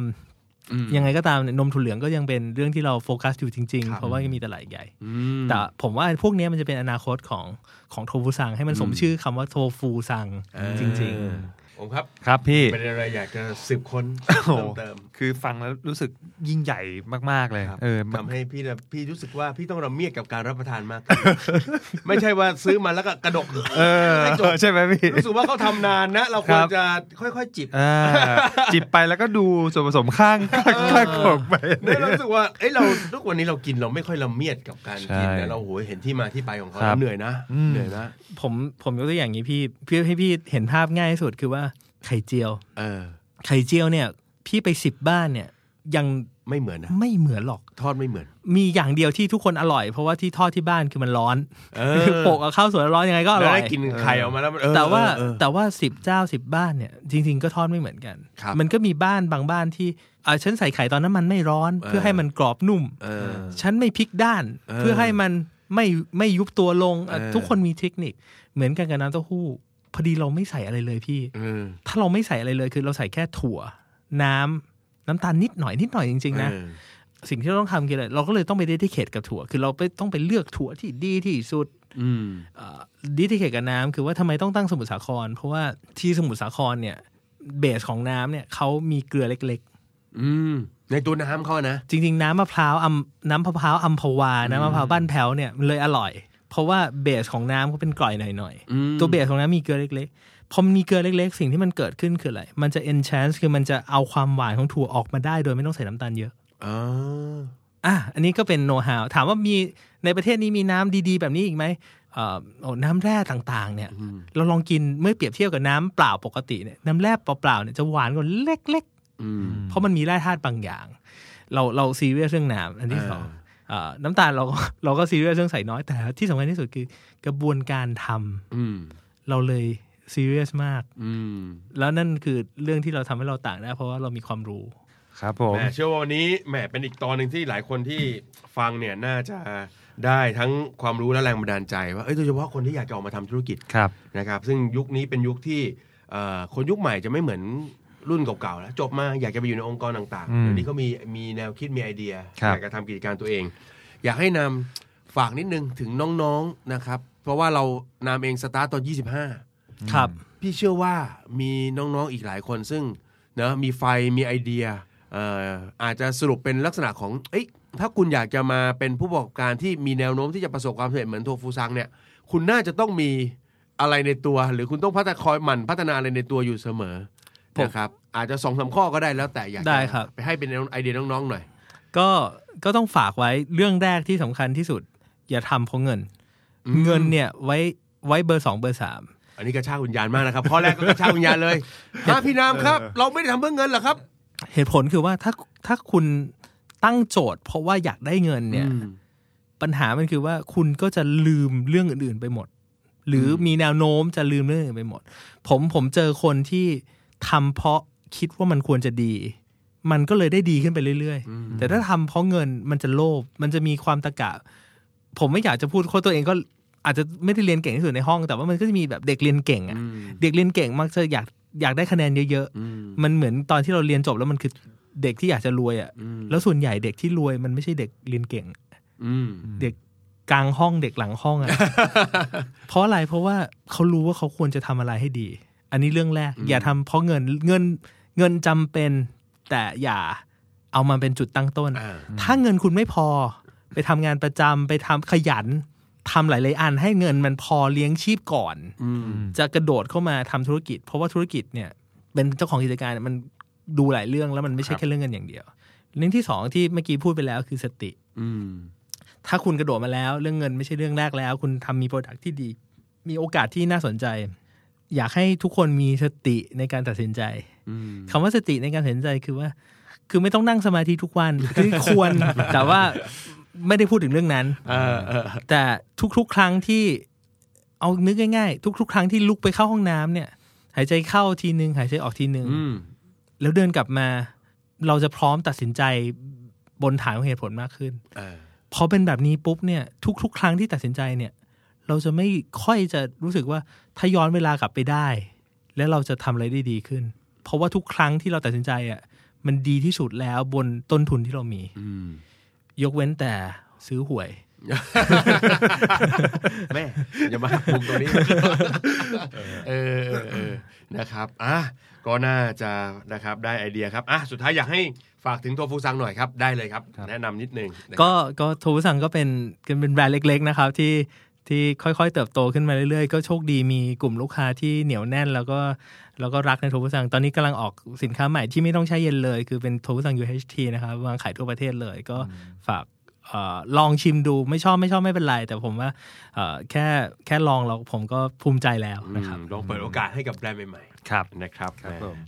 S4: อืม
S5: ยังไงก็ตามเนี่ยนมถั่วเหลืองก็ยังเป็นเรื่องที่เราโฟกัสอยู่จริง
S4: ครั
S5: ๆ
S4: บ
S5: เพราะว่ายังมีตลาดใหญ่
S4: อืม
S5: แต่ผมว่าพวกเนี้ยมันจะเป็นอนาคตของของโทฟูซังให้มันสม
S4: อืม
S5: ชื่อคำว่าโทฟูซังจริง
S4: เออผมครับ
S3: ครับพี่
S4: เป็นอะไรอยากจะสืบค้น
S3: โอ้โห
S4: เพิ่มเติม
S3: คือฟังแล้วรู้สึกยิ่งใหญ่มาก ๆ เลย
S4: ครับ
S3: เออ
S4: ทำให้พี่นะพี่รู้สึกว่าพี่ต้องระเมียดกับการรับประทานมาก ขึ้น ไม่ใช่ว่าซื้อมาแล้วก็กระดก
S3: เออ
S4: ให้จบ
S3: ใช่ไหมพี่
S4: รู้สึกว่าเขาทำนานนะ เราค
S3: ครั
S4: วร
S3: บ
S4: จะค่อยๆจิบ
S3: อ่าจิบไปแล้วก็ดูส่วนผสมข้างข้างข้างของไป
S4: เนอะเรารู้สึกว่าเอ้ยเราทุกวันนี้เรากินเราไม่ค่อยระเมียดกับการกิน
S3: ใช่
S4: นะเราโหยเห็นที่มาที่ไปของเขา
S3: ครับ
S4: เหนื่อยนะ
S3: อืม
S4: เหนื่อยนะ
S5: ๆ ผมผมยกตัวอย่างนี้พี่เพื่อให้พี่เห็นภาพง่ายที่สุดคือว่าไข่เจียว
S4: เออ
S5: ไข่เจียวเนี่ยพี่ไปสิบบ้านเนี่ยยัง
S4: ไม่เหมือนนะ
S5: ไม่เหมือนหรอก
S4: ทอดไม่เหมือน
S5: มีอย่างเดียวที่ทุกคนอร่อย เพราะว่าที่ทอดที่บ้านคือมันร้อน
S4: เอ
S5: คือโปะกับข้าวสวยร้อนยังไงก็อ
S4: แล้ว
S5: ร่อย
S4: ได้กินไข่ออกมาแล้วมันเออ
S5: แต่ว่า
S4: เออ
S5: แต่ว่าสิบเจ้าสิบบ้านเนี่ยจริง ๆ ก็ทอดไม่เหมือนกัน
S4: ครับ
S5: มันก็มีบ้านบางบ้านที่อ่าฉันใส่ไข่ตอนนั้นมันไม่ร้อน
S4: เออ
S5: เพื่อให้มันกรอบนุ่ม
S4: เออ
S5: ฉันไม่พลิกด้าน
S4: เออ
S5: เพื่อให้มันไม่ไม่ยุบตัวลงอ่ะ
S4: เออ
S5: ทุกคนมีเทคนิคเหมือนกันกับน้ำเต้าหู้ พอดีเราไม่ใส่อะไรเลยพี่
S4: เออ
S5: ถ้าเราไม่ใส่อะไรเลยคือเราใส่แค่ถั่ว น้ำน้ำตาลนิดหน่อยนิดหน่อยจริงๆนะ
S4: เออ
S5: สิ่งที่เราต้องทำคืออะไรเราก็เลยต้องไปดิเทเคทกับถั่ว คือเราไปต้องไปเลือกถั่วที่ดีที่สุด
S4: อืม
S5: ดิทิเคกับน้ำคือว่าทำไมต้องตั้งสมุทรสาคร เพราะว่าที่สมุทรสาครเนี่ยเบสของน้ำเนี่ยเขามีเกลือเล็ก
S4: อืม ในตัวน้ำเขาอะนะ
S5: ๆ จริง ๆ น้ำมะพร้าวอัมน้ำมะพร้าวอัมพวา น้ำมะพร้าวบ้านแพ้วเนี่ยมันเลยอร่อย เพราะว่าเบสของน้ำเขาเป็นกร่อยหน่อย
S4: อืม
S5: ๆ ตัวเบสของน้ำมีเกลือเล็กๆพอมีเกลือเล็กๆ สิ่งที่มันเกิดขึ้นคืออะไร มันจะ enchance คือมันจะเอาความหวานของถั่วออกมาได้ โดยไม่ต้องใส่น้ำตาลเยอะ
S4: อ๋อ
S5: อ่ะ อันนี้ก็เป็นโน้ตฮาวถามว่ามีในประเทศนี้มีน้ำดีๆ แบบนี้อีกไหมเอ่อโอ้น้ำแร่ต่างๆ เนี่ย เราลองกินเมื่อเปรียบเทียบกับน้ำเปล่าปกติเนี่ยน้ำแร่เปล่าๆเนี่ยจะหวานกว่าเล็ก
S4: อืม
S5: ๆ เพราะมันมีแร่ธาตุบางอย่าง เราเราซีเรียสเรื่องน้ำอันที่สอง
S4: อ่า
S5: เอ่อน้ำตาลเรา เราก็ซีเรียสเรื่องใส่น้อยแต่ที่สำคัญที่สุดคือกระบวนการทำ
S4: อืม
S5: เราเลยซีเรียสมาก
S4: อืม
S5: แล้วนั่นคือเรื่องที่เราทำให้เราต่างได้เพราะว่าเรามีความรู้
S3: ครับผม
S4: แหมเชื่อว่าวันนี้แหมเป็นอีกตอนหนึ่งที่หลายคนที่ฟังเนี่ยน่าจะได้ทั้งความรู้และแรงบันดาลใจ ว่าเอ้ยโดยเฉพาะคนที่อยากจะออกมาทำธุรกิจ
S3: ครับ
S4: นะครับซึ่งยุคนี้เป็นยุคที่เอ่อคนยุคใหม่จะไม่เหมือนรุ่นเก่าๆแล้วจบมาอยากจะไปอยู่ในองค์กรต่าง
S3: อืม
S4: ๆเดี๋ยวนี้เขามีมีแนวคิดมีไอเดีย
S3: ครับ
S4: อยากจะทำกิจการตัวเอง อยากให้นำฝากนิดนึงถึงน้องๆนะครับเพราะว่าเรานามเองสตาร์ตตอน 25
S5: ครับ
S4: พี่เชื่อว่ามีน้องๆอีกหลายคนซึ่งนะมีไฟมีไอเดียเอ่ออาจจะสรุปเป็นลักษณะของเอ้ยถ้าคุณอยากจะมาเป็นผู้ประกอบการที่มีแนวโน้มที่จะประสบความสำเร็จเหมือนโทฟูซังเนี่ย คุณน่าจะต้องมีอะไรในตัว หรือคุณต้องพัฒนาคอยหมั่นพัฒนาอะไรในตัวอยู่เสมอ
S5: ผม
S4: นะครับอาจจะสองสามข้อก็ได้แล้วแต่อยากจะ
S5: ได้ครับ
S4: ไปให้เป็นไอเดียน้องๆหน่อย
S5: ก็ก็ต้องฝากไว้เรื่องแรกที่สำคัญที่สุด อย่าทำเพราะเงิน เงินเนี่ยไว้ไว้เบอร์สองเบอร์สาม
S4: อันนี้กระชากวิญญาณมากนะครับข้อแรกก็กระชากวิญญาณ เลยฮะพี่นามครับ เราไม่ได้ทำเพื่อเงินหรอกครับ
S5: เหตุผลคือว่าถ้าถ้าคุณตั้งโจทย์ เพราะว่าอยากได้เงินเนี่ย ปัญหามันคือว่าคุณก็จะลืมเรื่องอื่นๆไปหมด หรือมีแนวโน้มจะลืมเรื่องอื่นไปหมด ผมผมเจอคนที่ทำเพราะคิดว่ามันควรจะดี มันก็เลยได้ดีขึ้นไปเรื่อยๆ แต่ถ้าทำเพราะเงินมันจะโลภมันจะมีความตะกะ ผมไม่อยากจะพูดเพราะตัวเองก็อาจจะไม่ได้เรียนเก่งที่สุดในห้อง แต่ว่ามันก็จะมีแบบเด็กเรียนเก่งอะเด็กเรียนเก่งมักจะอยากอยากได้คะแนนเยอะๆมันเหมือนตอนที่เราเรียนจบแล้วมันคือเด็กที่อยากจะรวยอะ่ะแล้วส่วนใหญ่เด็กที่รวยมันไม่ใช่เด็กเรียนเก่ง
S4: อืม
S5: เด็กกลางห้องเด็กหลังห้อง อะ่ะ เพราะอะไรเพราะว่าเขารู้ว่าเขาควรจะทำอะไรให้ดี อันนี้เรื่องแรก อย่าทำเพราะเงินเงินเงินจำเป็น แต่อย่าเอามันเป็นจุดตั้งต้น
S4: อ่า
S5: ถ้าเงินคุณไม่พอ ไปทำงานประจำไปทำขยันทำหลายๆอันให้เงินมันพอเลี้ยงชีพก่อน
S4: อืม
S5: จะกระโดดเข้ามาทำธุรกิจ เพราะว่าธุรกิจเนี่ยเป็นเจ้าของกิจการเนี่ยมันดูหลายเรื่องแล้วมันไม่ใช่
S4: ครับ
S5: แค่เรื่องเงินอย่างเดียวเรื่องที่สองที่เมื่อกี้พูดไปแล้วคือสติ
S4: อืม
S5: ถ้าคุณกระโดดมาแล้ว เรื่องเงินไม่ใช่เรื่องแรกแล้ว คุณทำมีโปรดักที่ดี มีโอกาสที่น่าสนใจ อยากให้ทุกคนมีสติในการตัดสินใจ
S4: อืม
S5: คำว่าสติในการตัดสินใจคือว่า คือไม่ต้องนั่งสมาธิทุกวันคือคว ร แต่ว่าไม่ได้พูดถึงเรื่องนั้น
S4: เออเออ
S5: แต่ทุกๆ ครั้งที่เอานึกง่ายๆ ทุก ๆ ครั้งที่ลุกไปเข้าห้องน้ำเนี่ย หายใจเข้าทีนึงหายใจออกทีนึง
S4: อืม
S5: แล้วเดินกลับมา เราจะพร้อมตัดสินใจบนฐานของเหตุผลมากขึ้น
S4: เออ
S5: พอเป็นแบบนี้ปุ๊บเนี่ยทุก ๆ ครั้งที่ตัดสินใจเนี่ย เราจะไม่ค่อยจะรู้สึกว่าถ้าย้อนเวลากลับไปได้ แล้วเราจะทำอะไรได้ดีขึ้น เพราะว่าทุกครั้งที่เราตัดสินใจอ่ะมันดีที่สุดแล้วบนต้นทุนที่เรามี
S4: อืม
S5: ยกเว้นแต่ซื้อหวย
S4: แม่ อย่ามาหักมุมตรงนี้ เออเออเออนะครับอ่ะก็น่าจะนะครับได้ไอเดียครับอ่ะสุดท้ายอยากให้ฝากถึงโทฟูซังหน่อยครับได้เลยครับ แนะนำนิดนึงนะครับ
S5: ก็ก็โทบุสังก็เป็นก็เป็นแบรนด์เล็ก ๆ นะครับ ที่ที่ค่อยๆ เติบโตขึ้นมาเรื่อยๆ ก็โชคดีมีกลุ่มลูกค้าที่เหนียวแน่น แล้วก็แล้วก็รักในโทบุสังตอนนี้กำลังออกสินค้าใหม่ที่ไม่ต้องใช้เย็นเลย คือเป็นโทบุสัง UHT นะครับวางขายทั่วประเทศเลยก็ฝากเอ่อลองชิมดูไม่ชอบไม่ชอบไม่เป็นไร แต่ผมว่าเอ่อแค่แค่ลองเราผมก็ภูมิใจแล้ว
S4: อืม
S5: นะครับ
S4: ลองเปิดโอกาสให้กับแบรนด์ใหม่
S3: ครับ
S4: ๆนะครับ
S3: ครับ
S4: แม่
S3: ผม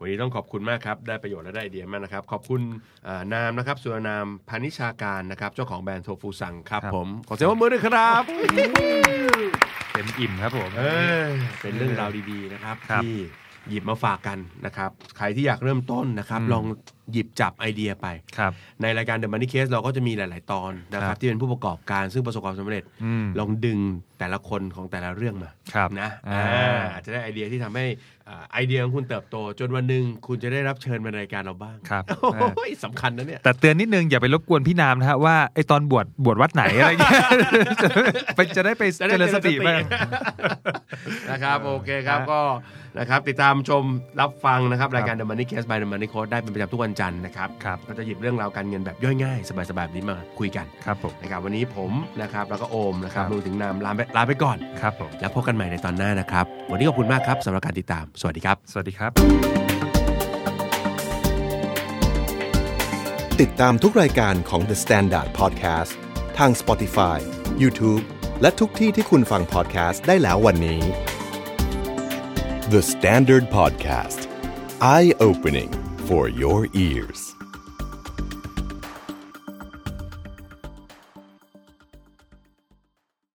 S4: วันนี้ต้องขอบคุณมากครับ ได้ประโยชน์และได้ไอเดียมากนะครับ ขอบคุณอ่านามนะครับสุรนามพานิชาการนะครับ เจ้าของแบรนด์โทฟูซังครับ
S3: ครับ
S4: ผมขอเสียงปรบมือด้วยครับ
S3: เต็มอิ่มครับผม
S4: เออเป็นเรื่องราวดีๆนะครับ
S3: ครับ
S4: ที่หยิบมาฝากกันนะครับ ใครที่อยากเริ่มต้นนะครับ
S3: อืม
S4: ลองหยิบจับไอเดียไป
S3: ครับ
S4: ในรายการ The Money Case เราก็จะมีหลาย ๆ ตอนนะค
S3: ครั
S4: รับ
S3: บ
S4: ที่เป็นผู้ประกอบการซึ่งประสบความสำเร็จ
S3: อืม
S4: ลองดึงแต่ละคนของแต่ละเรื่องมา
S3: ครับ
S4: นะ
S3: อ่า
S4: อ่าอาจจะได้ไอเดียที่ทำให้อ่าไอเดียของคุณเติบโต จนวันหนึ่งคุณจะได้รับเชิญมาในรายการเราบ้าง
S3: ครับ
S4: โอ้ยสำคัญนะเนี่ย
S3: แต่เตือนนิดนึงอย่าไปรบกวนพี่นามนะฮะว่าไอตอนบวชบวชวัดไหนอะไรเงี้ย ไปจะได้ไปเจริญสติไป
S4: นะครับ โอเคครับก็นะครับติดตามชมรับฟังนะครับ รายการ The Money Case by The Money Code ได้เป็นประจำทุกวันจันทร์นะครับ
S3: ครับ
S4: เราจะหยิบเรื่องราวการเงินแบบย่อยง่าย สบายๆแบบนี้มาคุยกัน
S3: ครับผม
S4: นะครับวันนี้ผมนะครับแล้วก็โอมนะครับ
S3: ครับ
S4: รวมถึงนามลาไปลาไปก่อน
S3: ครับผม
S4: แล้วพบกันใหม่ในตอนหน้านะครับ วันนี้ขอบคุณมากครับสำหรับการติดตามสวัสดีครับ
S3: สวัสดีครับ
S1: ติดตามทุกรายการของ The Standard Podcast ทาง Spotify, YouTube และทุกที่ที่คุณฟัง podcast ได้แล้ววันนี้ The Standard Podcast Eye Opening for Your Ears